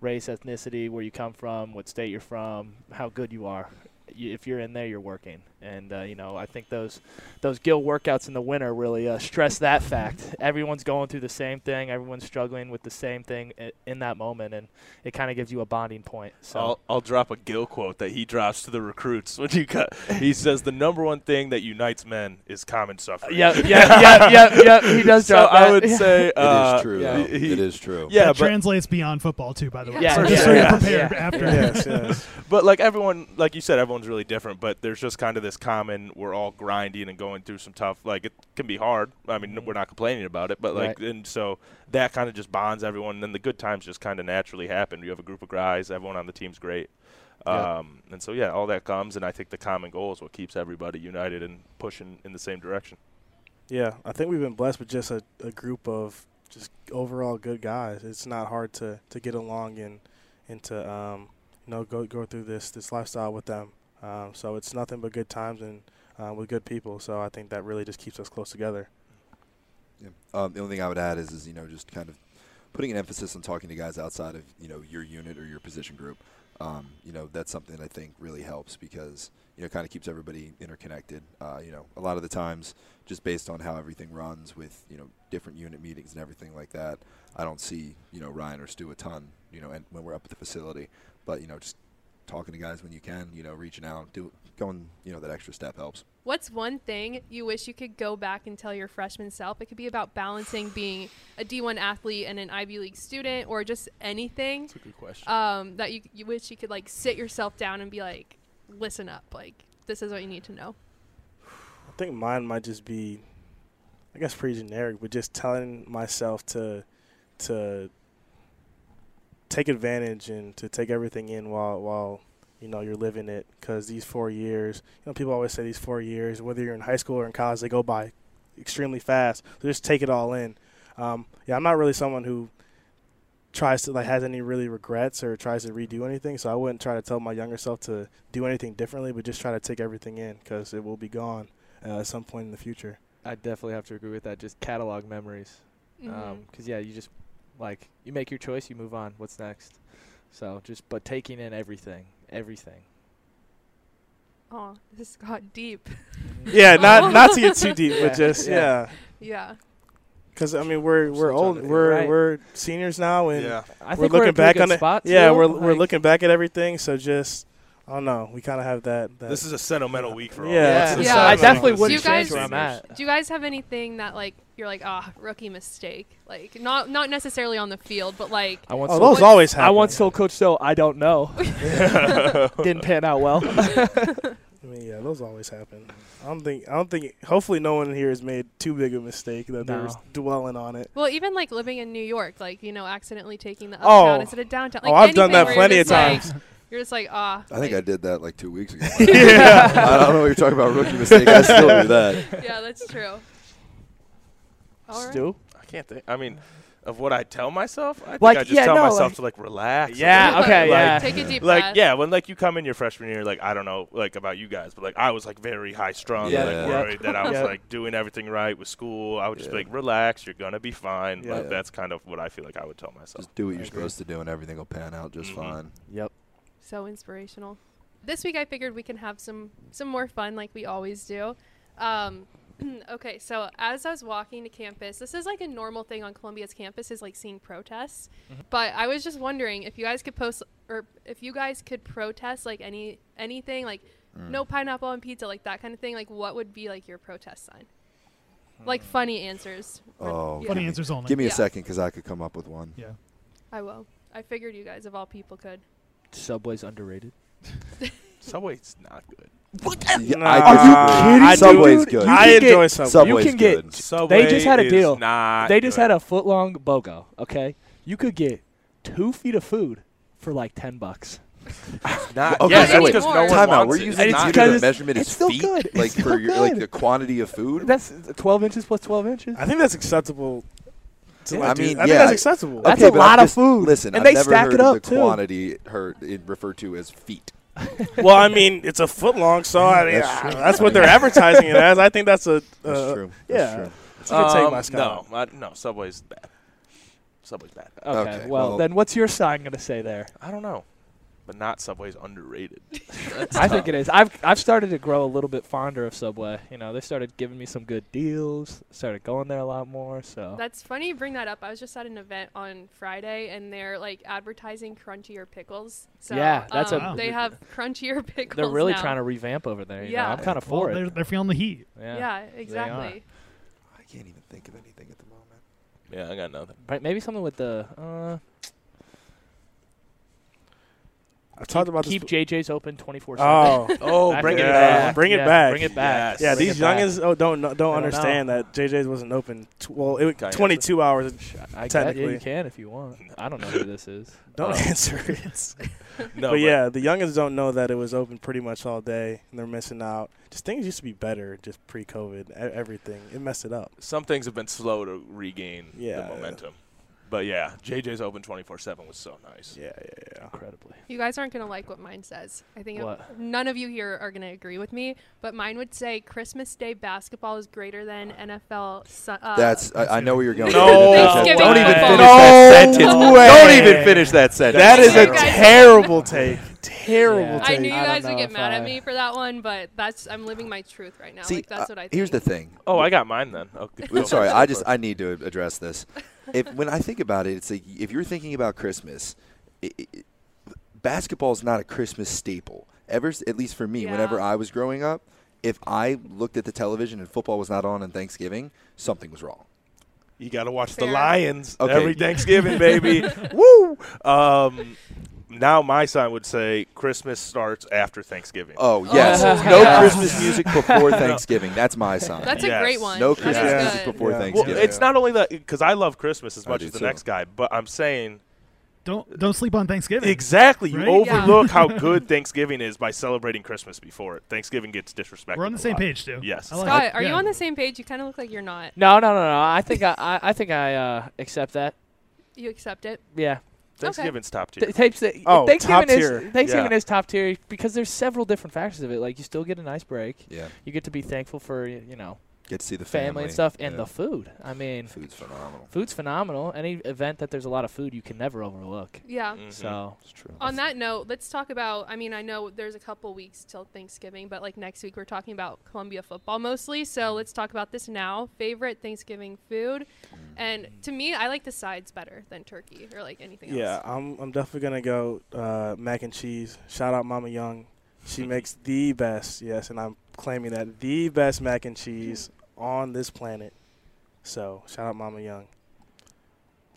[SPEAKER 9] race, ethnicity, where you come from, what state you're from, how good you are. You, if you're in there, you're working. And uh, you know I think those those guild workouts in the winter really uh, stress that fact. Everyone's going through the same thing. Everyone's struggling with the same thing i- in that moment, and it kind of gives you a bonding point. So
[SPEAKER 8] I'll, I'll drop a Gill quote that he drops to the recruits when you cut. He says the number one thing that unites men is common suffering.
[SPEAKER 9] yeah, yeah, yeah, yeah, yeah. He does
[SPEAKER 8] So
[SPEAKER 9] drop.
[SPEAKER 8] I
[SPEAKER 9] that.
[SPEAKER 8] would say uh,
[SPEAKER 10] it is true.
[SPEAKER 8] yeah,
[SPEAKER 10] though.
[SPEAKER 8] he-
[SPEAKER 10] it is true.
[SPEAKER 8] Yeah,
[SPEAKER 3] that
[SPEAKER 8] but
[SPEAKER 3] translates beyond football too. By the way,
[SPEAKER 9] Yeah,
[SPEAKER 3] so,
[SPEAKER 9] yeah,
[SPEAKER 3] so
[SPEAKER 9] yeah,
[SPEAKER 3] you're prepared
[SPEAKER 9] yeah.
[SPEAKER 3] after.
[SPEAKER 11] yes, yes.
[SPEAKER 8] But like everyone, like you said, everyone's really different. But there's just kind of this common. We're all grinding and going through some tough. Like it can be hard. I mean, we're not complaining about it. But like, and so that kind of just bonds everyone. And then the good times just kind of naturally happen. You have a group of guys. Everyone on the team's great.
[SPEAKER 9] Yeah.
[SPEAKER 8] Um, and so yeah, all that comes. And I think the common goal is what keeps everybody united and pushing in the same direction.
[SPEAKER 11] Yeah, I think we've been blessed with just a, a group of just overall good guys. It's not hard to, to get along and and to um, you know go go through this this lifestyle with them. Um, so it's nothing but good times and uh, with good people. So I think that really just keeps us close together.
[SPEAKER 10] Yeah. Um, the only thing I would add is, is you know, just kind of putting an emphasis on talking to guys outside of you know your unit or your position group. Um, you know, that's something I think really helps because you know kind of keeps everybody interconnected. Uh, you know, a lot of the times, just based on how everything runs with you know different unit meetings and everything like that, I don't see you know Ryan or Stu a ton. You know, and when we're up at the facility, but you know, just talking to guys when you can. You know, reaching out, do going. You know, that extra step helps.
[SPEAKER 4] What's one thing you wish you could go back and tell your freshman self? It could be about balancing being a D1 athlete and an Ivy League student or just anything
[SPEAKER 8] That's a good question.
[SPEAKER 4] um, that you, you wish you could like sit yourself down and be like, listen up. Like, this is what you need to know.
[SPEAKER 11] I think mine might just be, I guess, pretty generic, but just telling myself to, to take advantage and to take everything in while while you know you're living it. Because these four years, you know, people always say these four years, whether you're in high school or in college, they go by extremely fast. So just take it all in. Um, yeah, I'm not really someone who tries to like has any really regrets or tries to redo anything. So I wouldn't try to tell my younger self to do anything differently, but just try to take everything in because it will be gone uh, at some point in the future.
[SPEAKER 9] I definitely have to agree with that. Just catalog memories,
[SPEAKER 11] Um,
[SPEAKER 9] because
[SPEAKER 4] Mhm.
[SPEAKER 9] yeah, you just like you make your choice, you move on. What's next? So just but taking in everything, everything.
[SPEAKER 4] Aw, this got deep.
[SPEAKER 11] Yeah,
[SPEAKER 4] Oh.
[SPEAKER 11] not not to get too deep,
[SPEAKER 9] Yeah,
[SPEAKER 11] but just yeah.
[SPEAKER 9] yeah.
[SPEAKER 4] Yeah.
[SPEAKER 11] Because I mean, we're we're
[SPEAKER 9] Sometimes
[SPEAKER 11] old,
[SPEAKER 9] I think
[SPEAKER 11] we're
[SPEAKER 9] you're right.
[SPEAKER 11] we're seniors now, and
[SPEAKER 8] yeah,
[SPEAKER 9] I
[SPEAKER 11] we're
[SPEAKER 9] think
[SPEAKER 11] looking
[SPEAKER 9] in a pretty
[SPEAKER 11] back
[SPEAKER 9] good
[SPEAKER 11] on it.
[SPEAKER 9] spot
[SPEAKER 11] yeah,
[SPEAKER 9] too.
[SPEAKER 11] we're we're
[SPEAKER 9] Like,
[SPEAKER 11] looking back at everything. So just I don't know. We kind of have that. that
[SPEAKER 8] this is a sentimental week for all.
[SPEAKER 11] Yeah,
[SPEAKER 8] of us.
[SPEAKER 9] Yeah,
[SPEAKER 11] it's
[SPEAKER 4] the
[SPEAKER 8] This
[SPEAKER 4] Yeah.
[SPEAKER 8] is
[SPEAKER 4] side
[SPEAKER 9] I
[SPEAKER 4] of
[SPEAKER 8] sentimental
[SPEAKER 9] definitely
[SPEAKER 8] as
[SPEAKER 4] would
[SPEAKER 9] wouldn't
[SPEAKER 4] You guys-
[SPEAKER 9] change where I'm at.
[SPEAKER 4] Do you guys have anything that like you're like, ah, rookie mistake? Like, not not necessarily on the field, but like,
[SPEAKER 9] I want
[SPEAKER 11] oh,
[SPEAKER 9] so-
[SPEAKER 11] those always happen.
[SPEAKER 9] I once told Coach So I don't know. Didn't pan out well.
[SPEAKER 11] I mean, yeah, those always happen. I don't think I don't think. Hopefully, no one in here has made too big a mistake that they're
[SPEAKER 9] No.
[SPEAKER 11] just dwelling on it.
[SPEAKER 4] well, even like living in New York, like you know, accidentally taking the
[SPEAKER 11] Oh.
[SPEAKER 4] uptown instead of downtown. Like,
[SPEAKER 11] oh, I've done that
[SPEAKER 4] anything where you're
[SPEAKER 11] plenty of
[SPEAKER 4] just like,
[SPEAKER 11] times.
[SPEAKER 4] You're just like, ah.
[SPEAKER 10] I think I
[SPEAKER 4] like-
[SPEAKER 10] did that like two weeks ago. yeah. I don't know what you're talking about, rookie mistake. I still do that.
[SPEAKER 4] Yeah, that's true. All right.
[SPEAKER 9] Stu?
[SPEAKER 8] I can't think. I mean, of what I tell myself, I think
[SPEAKER 9] Like,
[SPEAKER 8] I just
[SPEAKER 9] yeah,
[SPEAKER 8] tell
[SPEAKER 9] no,
[SPEAKER 8] myself
[SPEAKER 9] like-
[SPEAKER 8] to like relax. a
[SPEAKER 9] Yeah,
[SPEAKER 8] little bit,
[SPEAKER 9] okay,
[SPEAKER 8] like,
[SPEAKER 9] yeah.
[SPEAKER 4] Take a deep
[SPEAKER 8] Like
[SPEAKER 4] breath.
[SPEAKER 8] yeah, when like you come in your freshman year, like I don't know, like about you guys, but like I was like very high strung,
[SPEAKER 10] Yeah.
[SPEAKER 8] like
[SPEAKER 10] Yeah.
[SPEAKER 8] worried that I was
[SPEAKER 9] Yeah.
[SPEAKER 8] like doing everything right with school. I would just be
[SPEAKER 10] Yeah.
[SPEAKER 8] like relax, you're gonna be fine.
[SPEAKER 9] Yeah.
[SPEAKER 8] Like that's kind of what I feel like I would tell myself.
[SPEAKER 10] Just do what you're supposed to do, and everything will pan out just
[SPEAKER 8] Mhm.
[SPEAKER 9] Mm-hmm.
[SPEAKER 10] fine.
[SPEAKER 9] Yep.
[SPEAKER 4] So inspirational. This week I figured we can have some some more fun like we always do. Um, okay, so as I was walking to campus, this is like a normal thing on Columbia's campus is like seeing protests. But I was just wondering if you guys could post or if you guys could protest like any anything like no pineapple on pizza like that kind of thing like what would be like your protest sign? Like funny answers. or-
[SPEAKER 10] Oh,
[SPEAKER 4] yeah,
[SPEAKER 3] Funny answers only.
[SPEAKER 10] Give me a
[SPEAKER 4] Yeah.
[SPEAKER 10] second, because I could come up with one.
[SPEAKER 3] yeah.
[SPEAKER 4] I will. I figured you guys of all people could.
[SPEAKER 9] Subway's underrated.
[SPEAKER 8] Subway's not good.
[SPEAKER 10] Yeah,
[SPEAKER 11] Nah.
[SPEAKER 10] I disagree.
[SPEAKER 9] Are
[SPEAKER 10] Subway's
[SPEAKER 9] you kidding, dude?
[SPEAKER 10] good.
[SPEAKER 9] You
[SPEAKER 11] I
[SPEAKER 9] can get-
[SPEAKER 11] enjoy Subway.
[SPEAKER 10] Subway's
[SPEAKER 9] you can get-
[SPEAKER 10] good.
[SPEAKER 8] Subway
[SPEAKER 9] just had a
[SPEAKER 8] is
[SPEAKER 9] deal.
[SPEAKER 8] Not
[SPEAKER 9] They just
[SPEAKER 8] good.
[SPEAKER 9] had a foot long BOGO, okay? You could get two feet of food for like 10 bucks.
[SPEAKER 8] Not
[SPEAKER 10] Okay,
[SPEAKER 8] yeah,
[SPEAKER 10] so
[SPEAKER 8] that's
[SPEAKER 10] wait,
[SPEAKER 8] 'cause no one
[SPEAKER 10] time out.
[SPEAKER 8] wants
[SPEAKER 10] We're
[SPEAKER 8] it.
[SPEAKER 10] using
[SPEAKER 9] It's
[SPEAKER 10] you
[SPEAKER 9] not
[SPEAKER 10] do the
[SPEAKER 9] good.
[SPEAKER 10] measurement
[SPEAKER 9] It's
[SPEAKER 10] is
[SPEAKER 9] still
[SPEAKER 10] feet,
[SPEAKER 9] good. It's
[SPEAKER 10] like
[SPEAKER 9] still
[SPEAKER 10] for your like
[SPEAKER 9] good.
[SPEAKER 10] the quantity of food.
[SPEAKER 9] That's 12 inches plus 12 inches.
[SPEAKER 11] I think that's acceptable. To
[SPEAKER 10] Yeah,
[SPEAKER 11] like
[SPEAKER 10] I
[SPEAKER 11] do-
[SPEAKER 10] mean,
[SPEAKER 11] I think
[SPEAKER 10] yeah.
[SPEAKER 11] that's acceptable.
[SPEAKER 9] That's
[SPEAKER 10] okay,
[SPEAKER 9] a
[SPEAKER 10] but I'm
[SPEAKER 9] lot of
[SPEAKER 10] just-
[SPEAKER 9] food.
[SPEAKER 10] Listen,
[SPEAKER 9] And
[SPEAKER 10] I've
[SPEAKER 9] they
[SPEAKER 10] never
[SPEAKER 9] stack
[SPEAKER 10] heard
[SPEAKER 9] it
[SPEAKER 10] of
[SPEAKER 9] up,
[SPEAKER 10] the
[SPEAKER 9] too.
[SPEAKER 10] quantity heard it referred to as feet.
[SPEAKER 11] well, I mean, it's a foot long, so I mean,
[SPEAKER 10] That's
[SPEAKER 11] that's,
[SPEAKER 10] true.
[SPEAKER 11] that's what they're advertising it as. I think that's a. Uh,
[SPEAKER 10] That's true. That's
[SPEAKER 11] yeah.
[SPEAKER 10] true.
[SPEAKER 11] That's a good take,
[SPEAKER 8] Um,
[SPEAKER 11] my Scott.
[SPEAKER 8] no, I, no, Subway's bad. Subway's bad.
[SPEAKER 9] Okay,
[SPEAKER 10] Okay,
[SPEAKER 9] well,
[SPEAKER 10] well-
[SPEAKER 9] then what's your sign going to say there?
[SPEAKER 8] I don't know, but not Subway's underrated.
[SPEAKER 9] I think it is. I've I've started to grow a little bit fonder of Subway. You know, they started giving me some good deals. Started going there a lot more. So
[SPEAKER 4] That's funny you bring that up. I was just at an event on Friday and they're like advertising crunchier pickles. So
[SPEAKER 9] Yeah, that's
[SPEAKER 3] a-
[SPEAKER 4] um, they have crunchier pickles.
[SPEAKER 9] they're really
[SPEAKER 4] now.
[SPEAKER 9] trying to revamp over there. You know,
[SPEAKER 4] Yeah.
[SPEAKER 9] I'm kind of
[SPEAKER 3] Well,
[SPEAKER 9] for
[SPEAKER 3] they're,
[SPEAKER 9] it.
[SPEAKER 3] they're feeling the heat.
[SPEAKER 9] Yeah.
[SPEAKER 4] Yeah, exactly.
[SPEAKER 10] I can't even think of anything at the moment.
[SPEAKER 8] Yeah, I got nothing.
[SPEAKER 9] Right, maybe something with the uh,
[SPEAKER 11] I've talked about
[SPEAKER 9] keep
[SPEAKER 11] this.
[SPEAKER 9] JJ's open 24
[SPEAKER 11] oh,
[SPEAKER 8] Oh,
[SPEAKER 9] Back
[SPEAKER 8] bring
[SPEAKER 9] in
[SPEAKER 8] it
[SPEAKER 9] the
[SPEAKER 11] yeah.
[SPEAKER 8] back.
[SPEAKER 11] Bring it
[SPEAKER 9] Yeah,
[SPEAKER 11] back.
[SPEAKER 9] Bring it back.
[SPEAKER 8] Yes.
[SPEAKER 11] yeah,
[SPEAKER 9] Bring
[SPEAKER 11] these
[SPEAKER 9] it back.
[SPEAKER 11] youngins oh, don't don't, don't
[SPEAKER 9] know.
[SPEAKER 11] understand that JJ's wasn't open. Tw- well, it
[SPEAKER 8] Kinda.
[SPEAKER 11] was 22 hours.
[SPEAKER 9] I can, yeah,
[SPEAKER 11] technically.
[SPEAKER 9] you can if you want. I don't know who this is.
[SPEAKER 11] Don't
[SPEAKER 9] Uh,
[SPEAKER 11] answer it.
[SPEAKER 8] No,
[SPEAKER 11] but yeah, the youngins don't know that it was open pretty much all day, and they're missing out. Just things used to be better, just pre-COVID. e- Everything it messed it up.
[SPEAKER 8] some things have been slow to regain
[SPEAKER 11] Yeah.
[SPEAKER 8] the momentum. But yeah, JJ's open 24/7 was so nice.
[SPEAKER 11] Yeah, yeah, yeah.
[SPEAKER 9] incredibly.
[SPEAKER 4] You guys aren't going to like what mine says. I think it-
[SPEAKER 9] What?
[SPEAKER 4] none of you here are going to agree with me, but mine would say Christmas Day basketball is greater than NFL. Su- uh,
[SPEAKER 10] That's I, I know where you're going.
[SPEAKER 8] No
[SPEAKER 10] with that.
[SPEAKER 4] Thanksgiving
[SPEAKER 10] Don't even
[SPEAKER 4] football.
[SPEAKER 10] finish
[SPEAKER 4] No
[SPEAKER 10] that sentence.
[SPEAKER 11] way.
[SPEAKER 10] Don't even finish that sentence.
[SPEAKER 11] That is a
[SPEAKER 4] You guys-
[SPEAKER 11] terrible take. Terrible
[SPEAKER 9] Yeah.
[SPEAKER 11] take.
[SPEAKER 4] I knew you
[SPEAKER 9] I don't
[SPEAKER 4] guys would
[SPEAKER 9] know
[SPEAKER 4] get
[SPEAKER 9] if
[SPEAKER 4] mad at
[SPEAKER 9] I-
[SPEAKER 4] me for that one, but that's I'm living my truth right now.
[SPEAKER 10] See,
[SPEAKER 4] like that's
[SPEAKER 10] uh,
[SPEAKER 4] what I think.
[SPEAKER 10] here's the thing.
[SPEAKER 8] Oh, I got mine then. Okay, go
[SPEAKER 10] I'm sorry.
[SPEAKER 8] first,
[SPEAKER 10] I
[SPEAKER 8] go
[SPEAKER 10] just
[SPEAKER 8] first.
[SPEAKER 10] I need to address this. If when I think about it, it's like if you're thinking about Christmas, i i basketball is not a Christmas staple. Ever s- at least for me, whenever
[SPEAKER 4] Yeah.
[SPEAKER 10] I was growing up, if I looked at the television and football was not on on Thanksgiving, something was wrong.
[SPEAKER 8] you got to watch the
[SPEAKER 4] Fair.
[SPEAKER 8] Lions
[SPEAKER 10] Okay.
[SPEAKER 8] every Thanksgiving, baby. Woo! Um, now my sign would say Christmas starts after Thanksgiving.
[SPEAKER 10] Oh yes,
[SPEAKER 9] okay.
[SPEAKER 10] no
[SPEAKER 9] Yeah.
[SPEAKER 10] Christmas music before Thanksgiving. That's my sign.
[SPEAKER 4] that's a
[SPEAKER 8] Yes.
[SPEAKER 4] great one.
[SPEAKER 10] no
[SPEAKER 4] That
[SPEAKER 10] Christmas
[SPEAKER 4] is
[SPEAKER 11] Yeah.
[SPEAKER 10] music
[SPEAKER 4] good.
[SPEAKER 10] before
[SPEAKER 11] Yeah. Well,
[SPEAKER 8] well,
[SPEAKER 10] Thanksgiving.
[SPEAKER 8] it's not only that because I love Christmas as
[SPEAKER 10] I
[SPEAKER 8] much
[SPEAKER 10] do
[SPEAKER 8] as the
[SPEAKER 10] too.
[SPEAKER 8] next guy, but I'm saying
[SPEAKER 3] Don't don't sleep on Thanksgiving.
[SPEAKER 8] exactly you
[SPEAKER 3] Right?
[SPEAKER 4] Yeah.
[SPEAKER 8] overlook how good Thanksgiving is by celebrating Christmas before it. Thanksgiving gets disrespected.
[SPEAKER 3] We're on the
[SPEAKER 8] a
[SPEAKER 3] same
[SPEAKER 8] lot.
[SPEAKER 3] page, too.
[SPEAKER 8] Yes.
[SPEAKER 3] I like
[SPEAKER 4] Scott,
[SPEAKER 3] it.
[SPEAKER 4] are you
[SPEAKER 3] Yeah.
[SPEAKER 4] on the same page? You kind of look like you're not.
[SPEAKER 9] No, no, no, no. I think I, I, I think I uh, accept that.
[SPEAKER 4] You accept it.
[SPEAKER 9] Yeah.
[SPEAKER 8] Thanksgiving's top tier.
[SPEAKER 9] Th- tapes that-
[SPEAKER 11] Oh,
[SPEAKER 9] Thanksgiving
[SPEAKER 11] top
[SPEAKER 9] is
[SPEAKER 11] tier.
[SPEAKER 9] Thanksgiving
[SPEAKER 8] Yeah.
[SPEAKER 9] is top tier because there's several different factors of it. Like you still get a nice break.
[SPEAKER 10] yeah,
[SPEAKER 9] You get to be thankful for y- you know
[SPEAKER 10] get to see the
[SPEAKER 9] family,
[SPEAKER 10] family,
[SPEAKER 9] and stuff, and
[SPEAKER 10] Yeah.
[SPEAKER 9] the food. I mean,
[SPEAKER 10] food's phenomenal.
[SPEAKER 9] food's phenomenal. Any event that there's a lot of food, you can never overlook.
[SPEAKER 4] Yeah.
[SPEAKER 11] Mm.
[SPEAKER 8] Mhm.
[SPEAKER 9] So
[SPEAKER 10] It's true.
[SPEAKER 4] On that note, let's talk about. I mean, I know there's a couple weeks till Thanksgiving, but like next week we're talking about Columbia football mostly.
[SPEAKER 11] Mm.
[SPEAKER 4] So let's talk about this now. Favorite Thanksgiving food,
[SPEAKER 10] Mm.
[SPEAKER 4] and to me, I like the sides better than turkey or like anything
[SPEAKER 11] Mm. Yeah,
[SPEAKER 4] else.
[SPEAKER 11] I'm I'm definitely gonna go uh, mac and cheese. Shout out Mama Young, she makes the best. Yes, and I'm claiming that the best mac and cheese on this planet. So shout out Mama Young.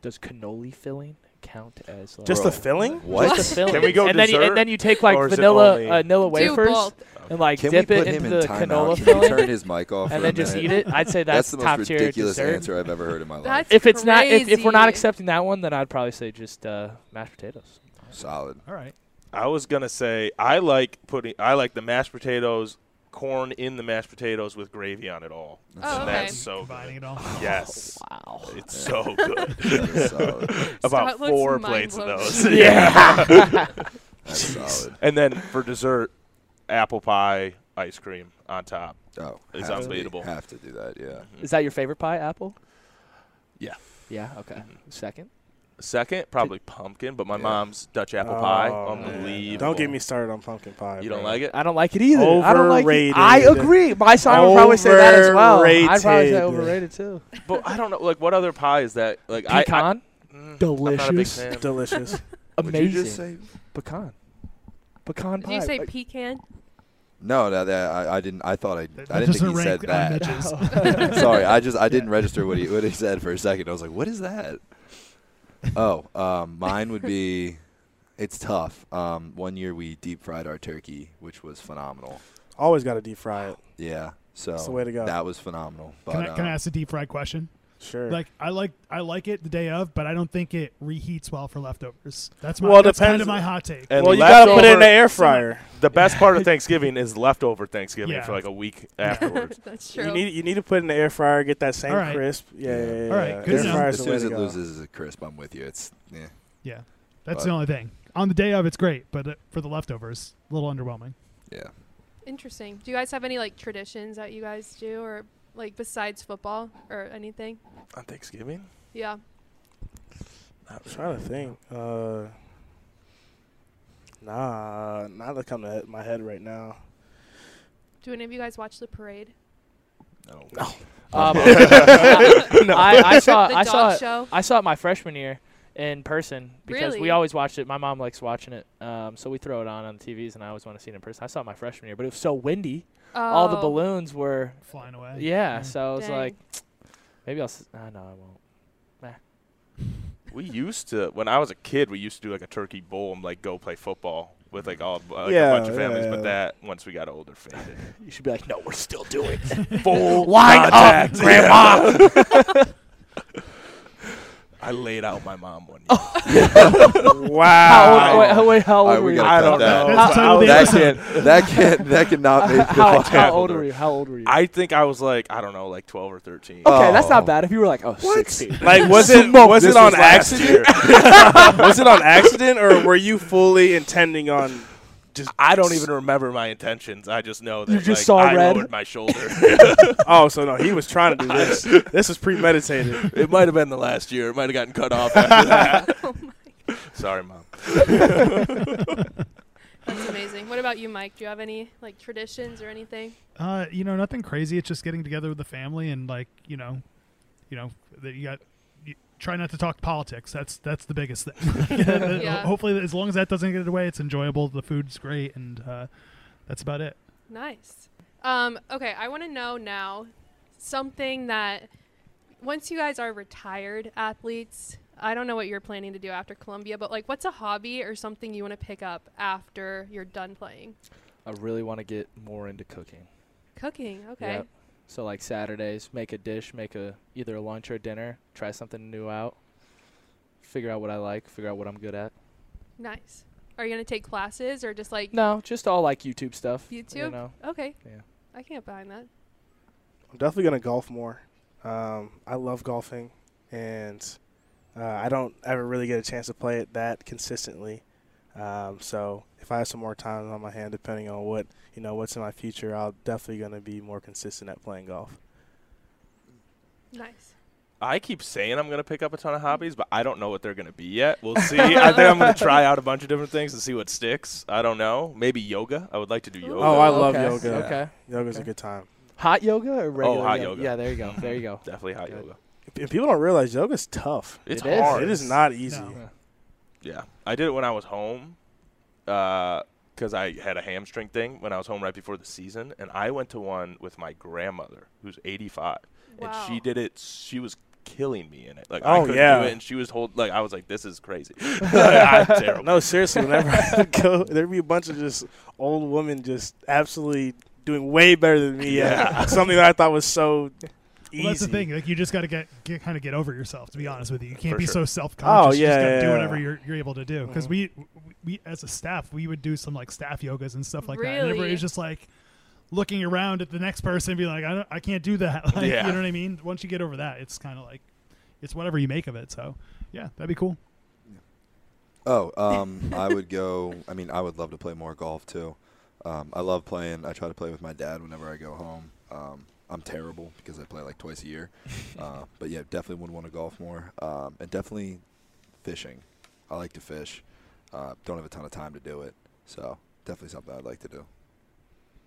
[SPEAKER 9] does cannoli filling count as like
[SPEAKER 11] Just
[SPEAKER 10] Bro.
[SPEAKER 11] the filling?
[SPEAKER 10] What?
[SPEAKER 9] Just the filling.
[SPEAKER 8] Can we go
[SPEAKER 9] and then, you,
[SPEAKER 8] dessert,
[SPEAKER 9] and then you take like
[SPEAKER 8] or is it
[SPEAKER 9] vanilla
[SPEAKER 8] only-
[SPEAKER 9] vanilla
[SPEAKER 4] Do
[SPEAKER 9] wafers
[SPEAKER 4] both.
[SPEAKER 9] and like
[SPEAKER 10] Can
[SPEAKER 9] dip
[SPEAKER 10] we
[SPEAKER 9] it
[SPEAKER 10] put him
[SPEAKER 9] into
[SPEAKER 10] in
[SPEAKER 9] the
[SPEAKER 10] timeout?
[SPEAKER 9] canola
[SPEAKER 10] Can we turn
[SPEAKER 9] filling
[SPEAKER 10] his mic off?
[SPEAKER 9] and
[SPEAKER 10] for a
[SPEAKER 9] then just
[SPEAKER 10] minute?
[SPEAKER 9] eat it. I'd say
[SPEAKER 10] That's,
[SPEAKER 9] that's,
[SPEAKER 10] the
[SPEAKER 9] top
[SPEAKER 10] most
[SPEAKER 9] tier
[SPEAKER 10] ridiculous
[SPEAKER 9] dessert.
[SPEAKER 10] answer I've ever heard in my life.
[SPEAKER 4] That's
[SPEAKER 9] If it's not if, if we're not
[SPEAKER 4] crazy.
[SPEAKER 9] accepting that one, then I'd probably say just uh, mashed potatoes.
[SPEAKER 10] Solid.
[SPEAKER 3] All right.
[SPEAKER 8] I was gonna say I like putting I like the mashed potatoes, corn in the mashed potatoes with gravy on it all.
[SPEAKER 4] Oh,
[SPEAKER 8] and
[SPEAKER 4] okay.
[SPEAKER 8] that's so
[SPEAKER 3] combining
[SPEAKER 8] good.
[SPEAKER 3] it all.
[SPEAKER 8] Yes,
[SPEAKER 6] Wow.
[SPEAKER 8] it's so good.
[SPEAKER 10] That's solid.
[SPEAKER 8] About
[SPEAKER 4] Scott looks
[SPEAKER 8] four plates of
[SPEAKER 4] mind-blown.
[SPEAKER 8] those. yeah.
[SPEAKER 10] That's solid.
[SPEAKER 8] And then for dessert, apple pie ice cream on top. Mm-hmm.
[SPEAKER 10] Oh,
[SPEAKER 8] It's
[SPEAKER 10] have to be-
[SPEAKER 8] unbeatable.
[SPEAKER 10] have to do that, yeah.
[SPEAKER 9] Is that your favorite pie, apple?
[SPEAKER 8] Yeah. Mm-hmm.
[SPEAKER 9] Yeah, okay. Second?
[SPEAKER 8] Second, probably pumpkin, but my
[SPEAKER 10] Yeah.
[SPEAKER 8] mom's Dutch apple
[SPEAKER 11] Oh,
[SPEAKER 8] pie,
[SPEAKER 11] man.
[SPEAKER 8] unbelievable.
[SPEAKER 11] Don't get me started on pumpkin pie.
[SPEAKER 8] You don't like it?
[SPEAKER 9] I don't like it either. I don't like it.
[SPEAKER 11] Overrated.
[SPEAKER 9] I agree. My son would probably say that as well. I'd probably say
[SPEAKER 11] Overrated.
[SPEAKER 9] overrated too.
[SPEAKER 8] but I don't know. Like, what other pie is that? Like, I- I,
[SPEAKER 9] Pecan?
[SPEAKER 8] mm,
[SPEAKER 9] Delicious.
[SPEAKER 8] I'm not a big fan.
[SPEAKER 11] Delicious.
[SPEAKER 10] Would you just
[SPEAKER 9] Amazing.
[SPEAKER 10] say
[SPEAKER 9] Pecan. Pecan
[SPEAKER 4] Did
[SPEAKER 9] pie.
[SPEAKER 4] you say
[SPEAKER 9] Like-
[SPEAKER 4] pecan?
[SPEAKER 10] no? No, that I, I didn't. I thought I.
[SPEAKER 3] That,
[SPEAKER 10] I
[SPEAKER 3] that
[SPEAKER 10] didn't
[SPEAKER 3] doesn't
[SPEAKER 10] think he said
[SPEAKER 3] rank on
[SPEAKER 10] that.
[SPEAKER 3] Mitch's.
[SPEAKER 10] Sorry, I just I didn't register what he what he said for a second. I was like, what is that? Oh, um, mine would be. It's tough. Um, one year we deep fried our turkey, which was phenomenal.
[SPEAKER 11] Always got to deep fry it.
[SPEAKER 10] Yeah, so
[SPEAKER 11] That's the way to go.
[SPEAKER 10] that was phenomenal. But
[SPEAKER 3] can, I, can I
[SPEAKER 10] um,
[SPEAKER 3] ask a deep fried question?
[SPEAKER 11] Sure.
[SPEAKER 3] Like I like I like it the day of, but I don't think it reheats well for leftovers. That's my
[SPEAKER 11] Well,
[SPEAKER 3] that's kind
[SPEAKER 11] depends-
[SPEAKER 3] of my hot take.
[SPEAKER 8] And
[SPEAKER 11] well, you got to put it in
[SPEAKER 8] leftover-
[SPEAKER 11] the air fryer.
[SPEAKER 8] The best part of Thanksgiving is leftover Thanksgiving
[SPEAKER 3] Yeah.
[SPEAKER 8] for like a week afterwards.
[SPEAKER 4] That's
[SPEAKER 11] You
[SPEAKER 4] true.
[SPEAKER 11] need you need to put it in the air fryer, get that same
[SPEAKER 3] All right.
[SPEAKER 11] crisp. Yeah, yeah, yeah.
[SPEAKER 3] All right,
[SPEAKER 11] yeah.
[SPEAKER 3] good
[SPEAKER 11] air
[SPEAKER 3] enough.
[SPEAKER 11] fryer's
[SPEAKER 10] as
[SPEAKER 11] the
[SPEAKER 10] soon
[SPEAKER 11] way
[SPEAKER 10] as
[SPEAKER 11] to
[SPEAKER 10] it
[SPEAKER 11] go.
[SPEAKER 10] loses a crisp, I'm with you. It's yeah.
[SPEAKER 3] yeah, that's
[SPEAKER 10] but-
[SPEAKER 3] the only thing. On the day of, it's great, but uh, for the leftovers, a little underwhelming.
[SPEAKER 10] Yeah.
[SPEAKER 4] Interesting. Do you guys have any like traditions that you guys do, or like besides football or anything?
[SPEAKER 8] on Thanksgiving?
[SPEAKER 4] Yeah.
[SPEAKER 11] I'm trying to think. Uh, nah, not that come to he- my head right now.
[SPEAKER 4] Do any of you guys watch the parade?
[SPEAKER 10] No.
[SPEAKER 9] Um, I, I saw.
[SPEAKER 4] The
[SPEAKER 9] I
[SPEAKER 4] dog
[SPEAKER 9] saw. it-
[SPEAKER 4] show.
[SPEAKER 9] I saw it my freshman year in person because
[SPEAKER 4] Really?
[SPEAKER 9] we always watched it. My mom likes watching it, um, so we throw it on on the TVs, and I always want to see it in person. I saw it my freshman year, but it was so windy. All the
[SPEAKER 4] Oh.
[SPEAKER 9] balloons were.
[SPEAKER 3] Flying away.
[SPEAKER 9] Yeah, so I was
[SPEAKER 4] Dang.
[SPEAKER 9] like, maybe I'll. S- ah, no, I won't.
[SPEAKER 8] We used to when I was a kid, we used to do like a turkey bowl and like go play football with like all uh, like
[SPEAKER 11] Yeah,
[SPEAKER 8] a bunch of families.
[SPEAKER 11] yeah.
[SPEAKER 8] But that once we got older, faded.
[SPEAKER 9] You should be like, no, we're still doing it.
[SPEAKER 8] Full
[SPEAKER 9] Line up,
[SPEAKER 8] contact. grandma. I laid out my mom one year.
[SPEAKER 11] wow.
[SPEAKER 9] How old, wait, wait, how old
[SPEAKER 10] Alright, we
[SPEAKER 9] were you?
[SPEAKER 10] gotta cut that.
[SPEAKER 3] That's the title of the
[SPEAKER 10] That
[SPEAKER 3] episode.
[SPEAKER 10] can't. That can't. That cannot make. the
[SPEAKER 9] How, how
[SPEAKER 8] tackle
[SPEAKER 9] old
[SPEAKER 8] her.
[SPEAKER 9] were you? How old were you?
[SPEAKER 8] I think I was like I don't know, like twelve or thirteen.
[SPEAKER 9] okay, that's
[SPEAKER 10] Oh.
[SPEAKER 9] not bad. If you were like, oh, 16.
[SPEAKER 11] Like was it was it on accident? was it on accident or were you fully intending on just
[SPEAKER 8] I don't even remember my intentions. I just know that
[SPEAKER 9] You just
[SPEAKER 8] like,
[SPEAKER 9] saw
[SPEAKER 8] I
[SPEAKER 9] red?
[SPEAKER 8] lowered my shoulder.
[SPEAKER 11] Oh, so no, he was trying to do this. this was premeditated.
[SPEAKER 8] it might have been the last year. It might have gotten cut off after that.
[SPEAKER 4] Oh my.
[SPEAKER 8] Sorry, mom.
[SPEAKER 4] That's amazing. What about you, Mike? Do you have any like traditions or anything?
[SPEAKER 3] Uh, you know, nothing crazy. It's just getting together with the family and like, you know, you know that you got. You try not to talk politics. That's that's the biggest thing.
[SPEAKER 4] Yeah.
[SPEAKER 3] Hopefully, as long as that doesn't get it away, it's enjoyable. The food's great, and uh, that's about it.
[SPEAKER 4] Nice. Um, okay, I want to know now something that once you guys are retired athletes, I don't know what you're planning to do after Columbia, but like what's a hobby or something you want to pick up after you're done playing?
[SPEAKER 9] I really want to get more into cooking.
[SPEAKER 4] Cooking, okay.
[SPEAKER 9] Yep. So like Saturdays, make a dish, make a either a lunch or dinner, try something new out, figure out what I like, figure out what I'm good at.
[SPEAKER 4] Nice. Are you going to take classes or just like
[SPEAKER 9] No, just all like YouTube stuff. You
[SPEAKER 4] YouTube?
[SPEAKER 9] know.
[SPEAKER 4] Okay.
[SPEAKER 9] Yeah.
[SPEAKER 4] I can't get behind that.
[SPEAKER 11] I'm definitely gonna golf more. Um, I love golfing, and uh, I don't ever really get a chance to play it that consistently. Um, so if I have some more time on my hand, depending on what you know what's in my future, I'll definitely gonna be more consistent at playing golf.
[SPEAKER 4] Nice.
[SPEAKER 8] I keep saying I'm gonna pick up a ton of hobbies, but I don't know what they're gonna be yet. We'll see. I think I'm gonna try out a bunch of different things and see what sticks. I don't know. Maybe yoga. I would like to do yoga.
[SPEAKER 11] Oh, I love
[SPEAKER 9] okay,
[SPEAKER 11] yoga.
[SPEAKER 9] Okay.
[SPEAKER 11] Yoga's a
[SPEAKER 9] Okay.
[SPEAKER 11] good time.
[SPEAKER 9] Hot yoga or regular?
[SPEAKER 8] Oh, hot yoga.
[SPEAKER 9] Yeah, there you go. There you go.
[SPEAKER 8] Definitely hot
[SPEAKER 9] Good.
[SPEAKER 8] yoga.
[SPEAKER 11] And people don't realize yoga's tough.
[SPEAKER 8] It's
[SPEAKER 9] It is.
[SPEAKER 8] hard.
[SPEAKER 11] It is not easy.
[SPEAKER 3] No.
[SPEAKER 8] Yeah, I did it when I was home, because I had a hamstring thing when I was home right before the season, and I went to one with my grandmother who's 85,
[SPEAKER 4] Wow.
[SPEAKER 8] and she did it. She was killing me in it. Like I
[SPEAKER 11] Oh,
[SPEAKER 8] couldn't
[SPEAKER 11] yeah.
[SPEAKER 8] do it, and she was hold like I was like, this is crazy. I'm terrible.
[SPEAKER 11] No, seriously, whenever I would go, there'd be a bunch of just old women just absolutely doing way better than me. Yeah.
[SPEAKER 8] Yeah.
[SPEAKER 11] Something that I thought was so
[SPEAKER 9] Well, that's the
[SPEAKER 8] easy.
[SPEAKER 9] thing. Like you just got to get, get kind of get over yourself. To be honest with you, you can't
[SPEAKER 8] For
[SPEAKER 9] be
[SPEAKER 8] sure.
[SPEAKER 9] so self
[SPEAKER 8] Oh,
[SPEAKER 9] conscious. you just
[SPEAKER 8] yeah,
[SPEAKER 9] gotta
[SPEAKER 8] yeah,
[SPEAKER 9] do
[SPEAKER 8] yeah.
[SPEAKER 9] whatever you're, you're able to do. Because
[SPEAKER 8] Mhm.
[SPEAKER 9] we we as a staff we would do some like staff yogas and stuff like that. And
[SPEAKER 4] Really?
[SPEAKER 9] everybody was just like looking around at the next person and be like, I, don't, I can't do that. Like,
[SPEAKER 12] Yeah.
[SPEAKER 9] You know what I mean? Once you get over that, it's kind of like it's whatever you make of it. So yeah, that'd be cool.
[SPEAKER 10] Oh, um, I would go. I mean, I would love to play more golf too. Um, I love playing. I try to play with my dad whenever I go home. Um, I'm terrible because I play like twice a year. Uh, but yeah, definitely would want to golf more. Um, and definitely fishing. I like to fish. Uh, don't have a ton of time to do it, so definitely something I'd like to do.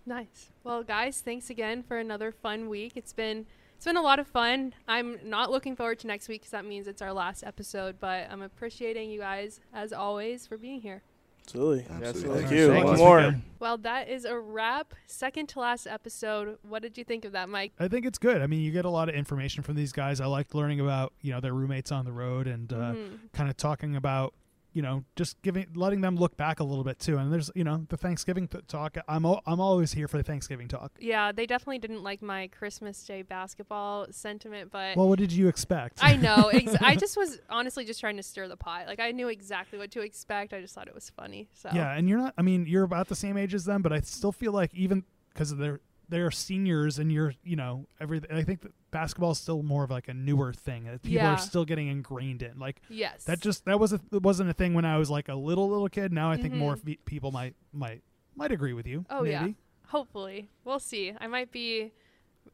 [SPEAKER 4] Nice. Well, guys, thanks again for another fun week. It's been it's been a lot of fun. I'm not looking forward to next week because that means it's our last episode. But I'm appreciating you guys as always for being here.
[SPEAKER 11] Absolutely.
[SPEAKER 10] Absolutely.
[SPEAKER 11] Thank
[SPEAKER 10] Thank
[SPEAKER 11] you.
[SPEAKER 10] you so
[SPEAKER 11] Thank
[SPEAKER 10] much.
[SPEAKER 11] you more.
[SPEAKER 4] Well, that is a wrap. Second to last episode. What did you think of that, Mike?
[SPEAKER 9] I think it's good. I mean, you get a lot of information from these guys. I liked learning about you know their roommates on the road and uh,
[SPEAKER 4] Mhm.
[SPEAKER 9] kind of talking about you know just giving letting them look back a little bit too. And there's you know the Thanksgiving th- talk. I'm al- I'm always here for the Thanksgiving talk.
[SPEAKER 4] Yeah, they definitely didn't like my Christmas Day basketball sentiment, but
[SPEAKER 9] Well, what did you expect?
[SPEAKER 4] I know. Ex- I just was honestly just trying to stir the pot. Like I knew exactly what to expect. I just thought it was funny. So
[SPEAKER 9] Yeah, and you're not. I mean, you're about the same age as them, but I still feel like even because they're they're seniors and you're you know everything. I think that basketball's still more of like a newer thing that people
[SPEAKER 4] Yeah.
[SPEAKER 9] are still getting ingrained in. Like
[SPEAKER 4] Yes.
[SPEAKER 9] that just that was a, that wasn't a thing when I was like a little little kid. Now I think
[SPEAKER 4] Mhm.
[SPEAKER 9] more fe- people might might might agree with you.
[SPEAKER 4] Oh
[SPEAKER 9] maybe.
[SPEAKER 4] yeah. Hopefully. We'll see. I might be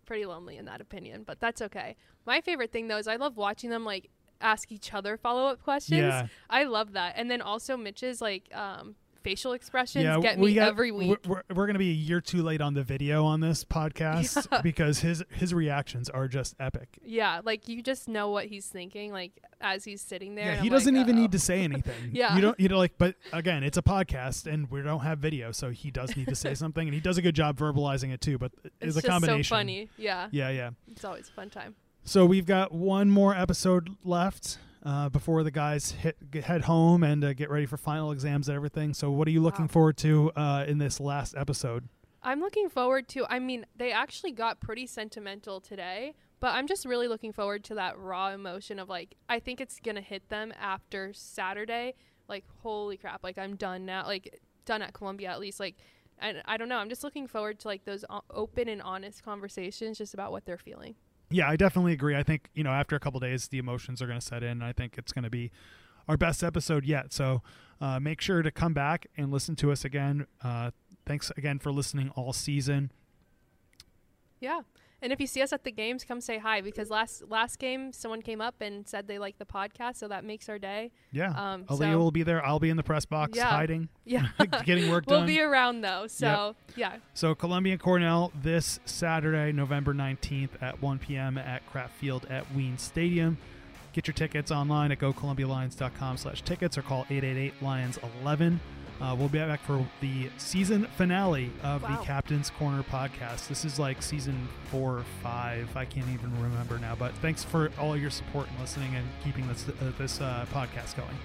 [SPEAKER 4] pretty lonely in that opinion, but that's okay. My favorite thing though is I love watching them like ask each other follow-up questions.
[SPEAKER 9] Yeah.
[SPEAKER 4] I love that. And then also Mitch's like um facial expressions
[SPEAKER 9] yeah,
[SPEAKER 4] get
[SPEAKER 9] we
[SPEAKER 4] me
[SPEAKER 9] got-
[SPEAKER 4] every
[SPEAKER 9] we're-
[SPEAKER 4] week.
[SPEAKER 9] We're, we're, going to be a year too late on the video on this podcast
[SPEAKER 4] Yeah.
[SPEAKER 9] because his his reactions are just epic.
[SPEAKER 4] yeah, like you just know what he's thinking like as he's sitting there. and
[SPEAKER 9] yeah,
[SPEAKER 4] I'm
[SPEAKER 9] he doesn't
[SPEAKER 4] like,
[SPEAKER 9] even
[SPEAKER 4] "Uh-oh."
[SPEAKER 9] need to say anything.
[SPEAKER 4] Oh. Yeah.
[SPEAKER 9] you don't. You know, like, but again, it's a podcast, and we don't have video, so he does need to say something, and he does a good job verbalizing it too. But it's,
[SPEAKER 4] It's
[SPEAKER 9] a
[SPEAKER 4] just
[SPEAKER 9] combination.
[SPEAKER 4] so funny. Yeah.
[SPEAKER 9] Yeah, yeah.
[SPEAKER 4] It's always a fun time.
[SPEAKER 9] So we've got one more episode left uh, before the guys hit, get, head home and uh, get ready for final exams and everything. So what are you looking forward to uh, in this last episode?
[SPEAKER 4] I'm looking forward to. I mean, they actually got pretty sentimental today, but I'm just really looking forward to that raw emotion of like, I think it's going to hit them after Saturday. Like, holy crap, like, I'm done now. Like, done at Columbia at least. Like, and I don't know. I'm just looking forward to like those o- open and honest conversations just about what they're feeling.
[SPEAKER 9] Yeah, I definitely agree. I think you know after a couple days, the emotions are going to set in. and I think it's going to be our best episode yet. So uh, make sure to come back and listen to us again. Uh, thanks again for listening all season.
[SPEAKER 4] Yeah. And if you see us at the games, come say hi because last last game someone came up and said they liked the podcast, so that makes our day.
[SPEAKER 9] Yeah,
[SPEAKER 4] Um,
[SPEAKER 9] Aaliyah
[SPEAKER 4] so-
[SPEAKER 9] will be there. I'll be in the press box
[SPEAKER 4] Yeah.
[SPEAKER 9] hiding.
[SPEAKER 4] Yeah.
[SPEAKER 9] getting work
[SPEAKER 4] we'll
[SPEAKER 9] done.
[SPEAKER 4] be around though. So, yeah.
[SPEAKER 9] So Columbia and Cornell this Saturday, November 19th at 1 p.m. at Kraft Field at Ween Stadium. Get your tickets online at gocolumbialions.com slash tickets or call 888-LIONS11. Uh, we'll be back for the season finale of
[SPEAKER 4] Wow.
[SPEAKER 9] the Captain's Corner podcast. This is like season four or five. I can't even remember now, but thanks for all your support and listening and keeping this, uh, this uh, podcast going.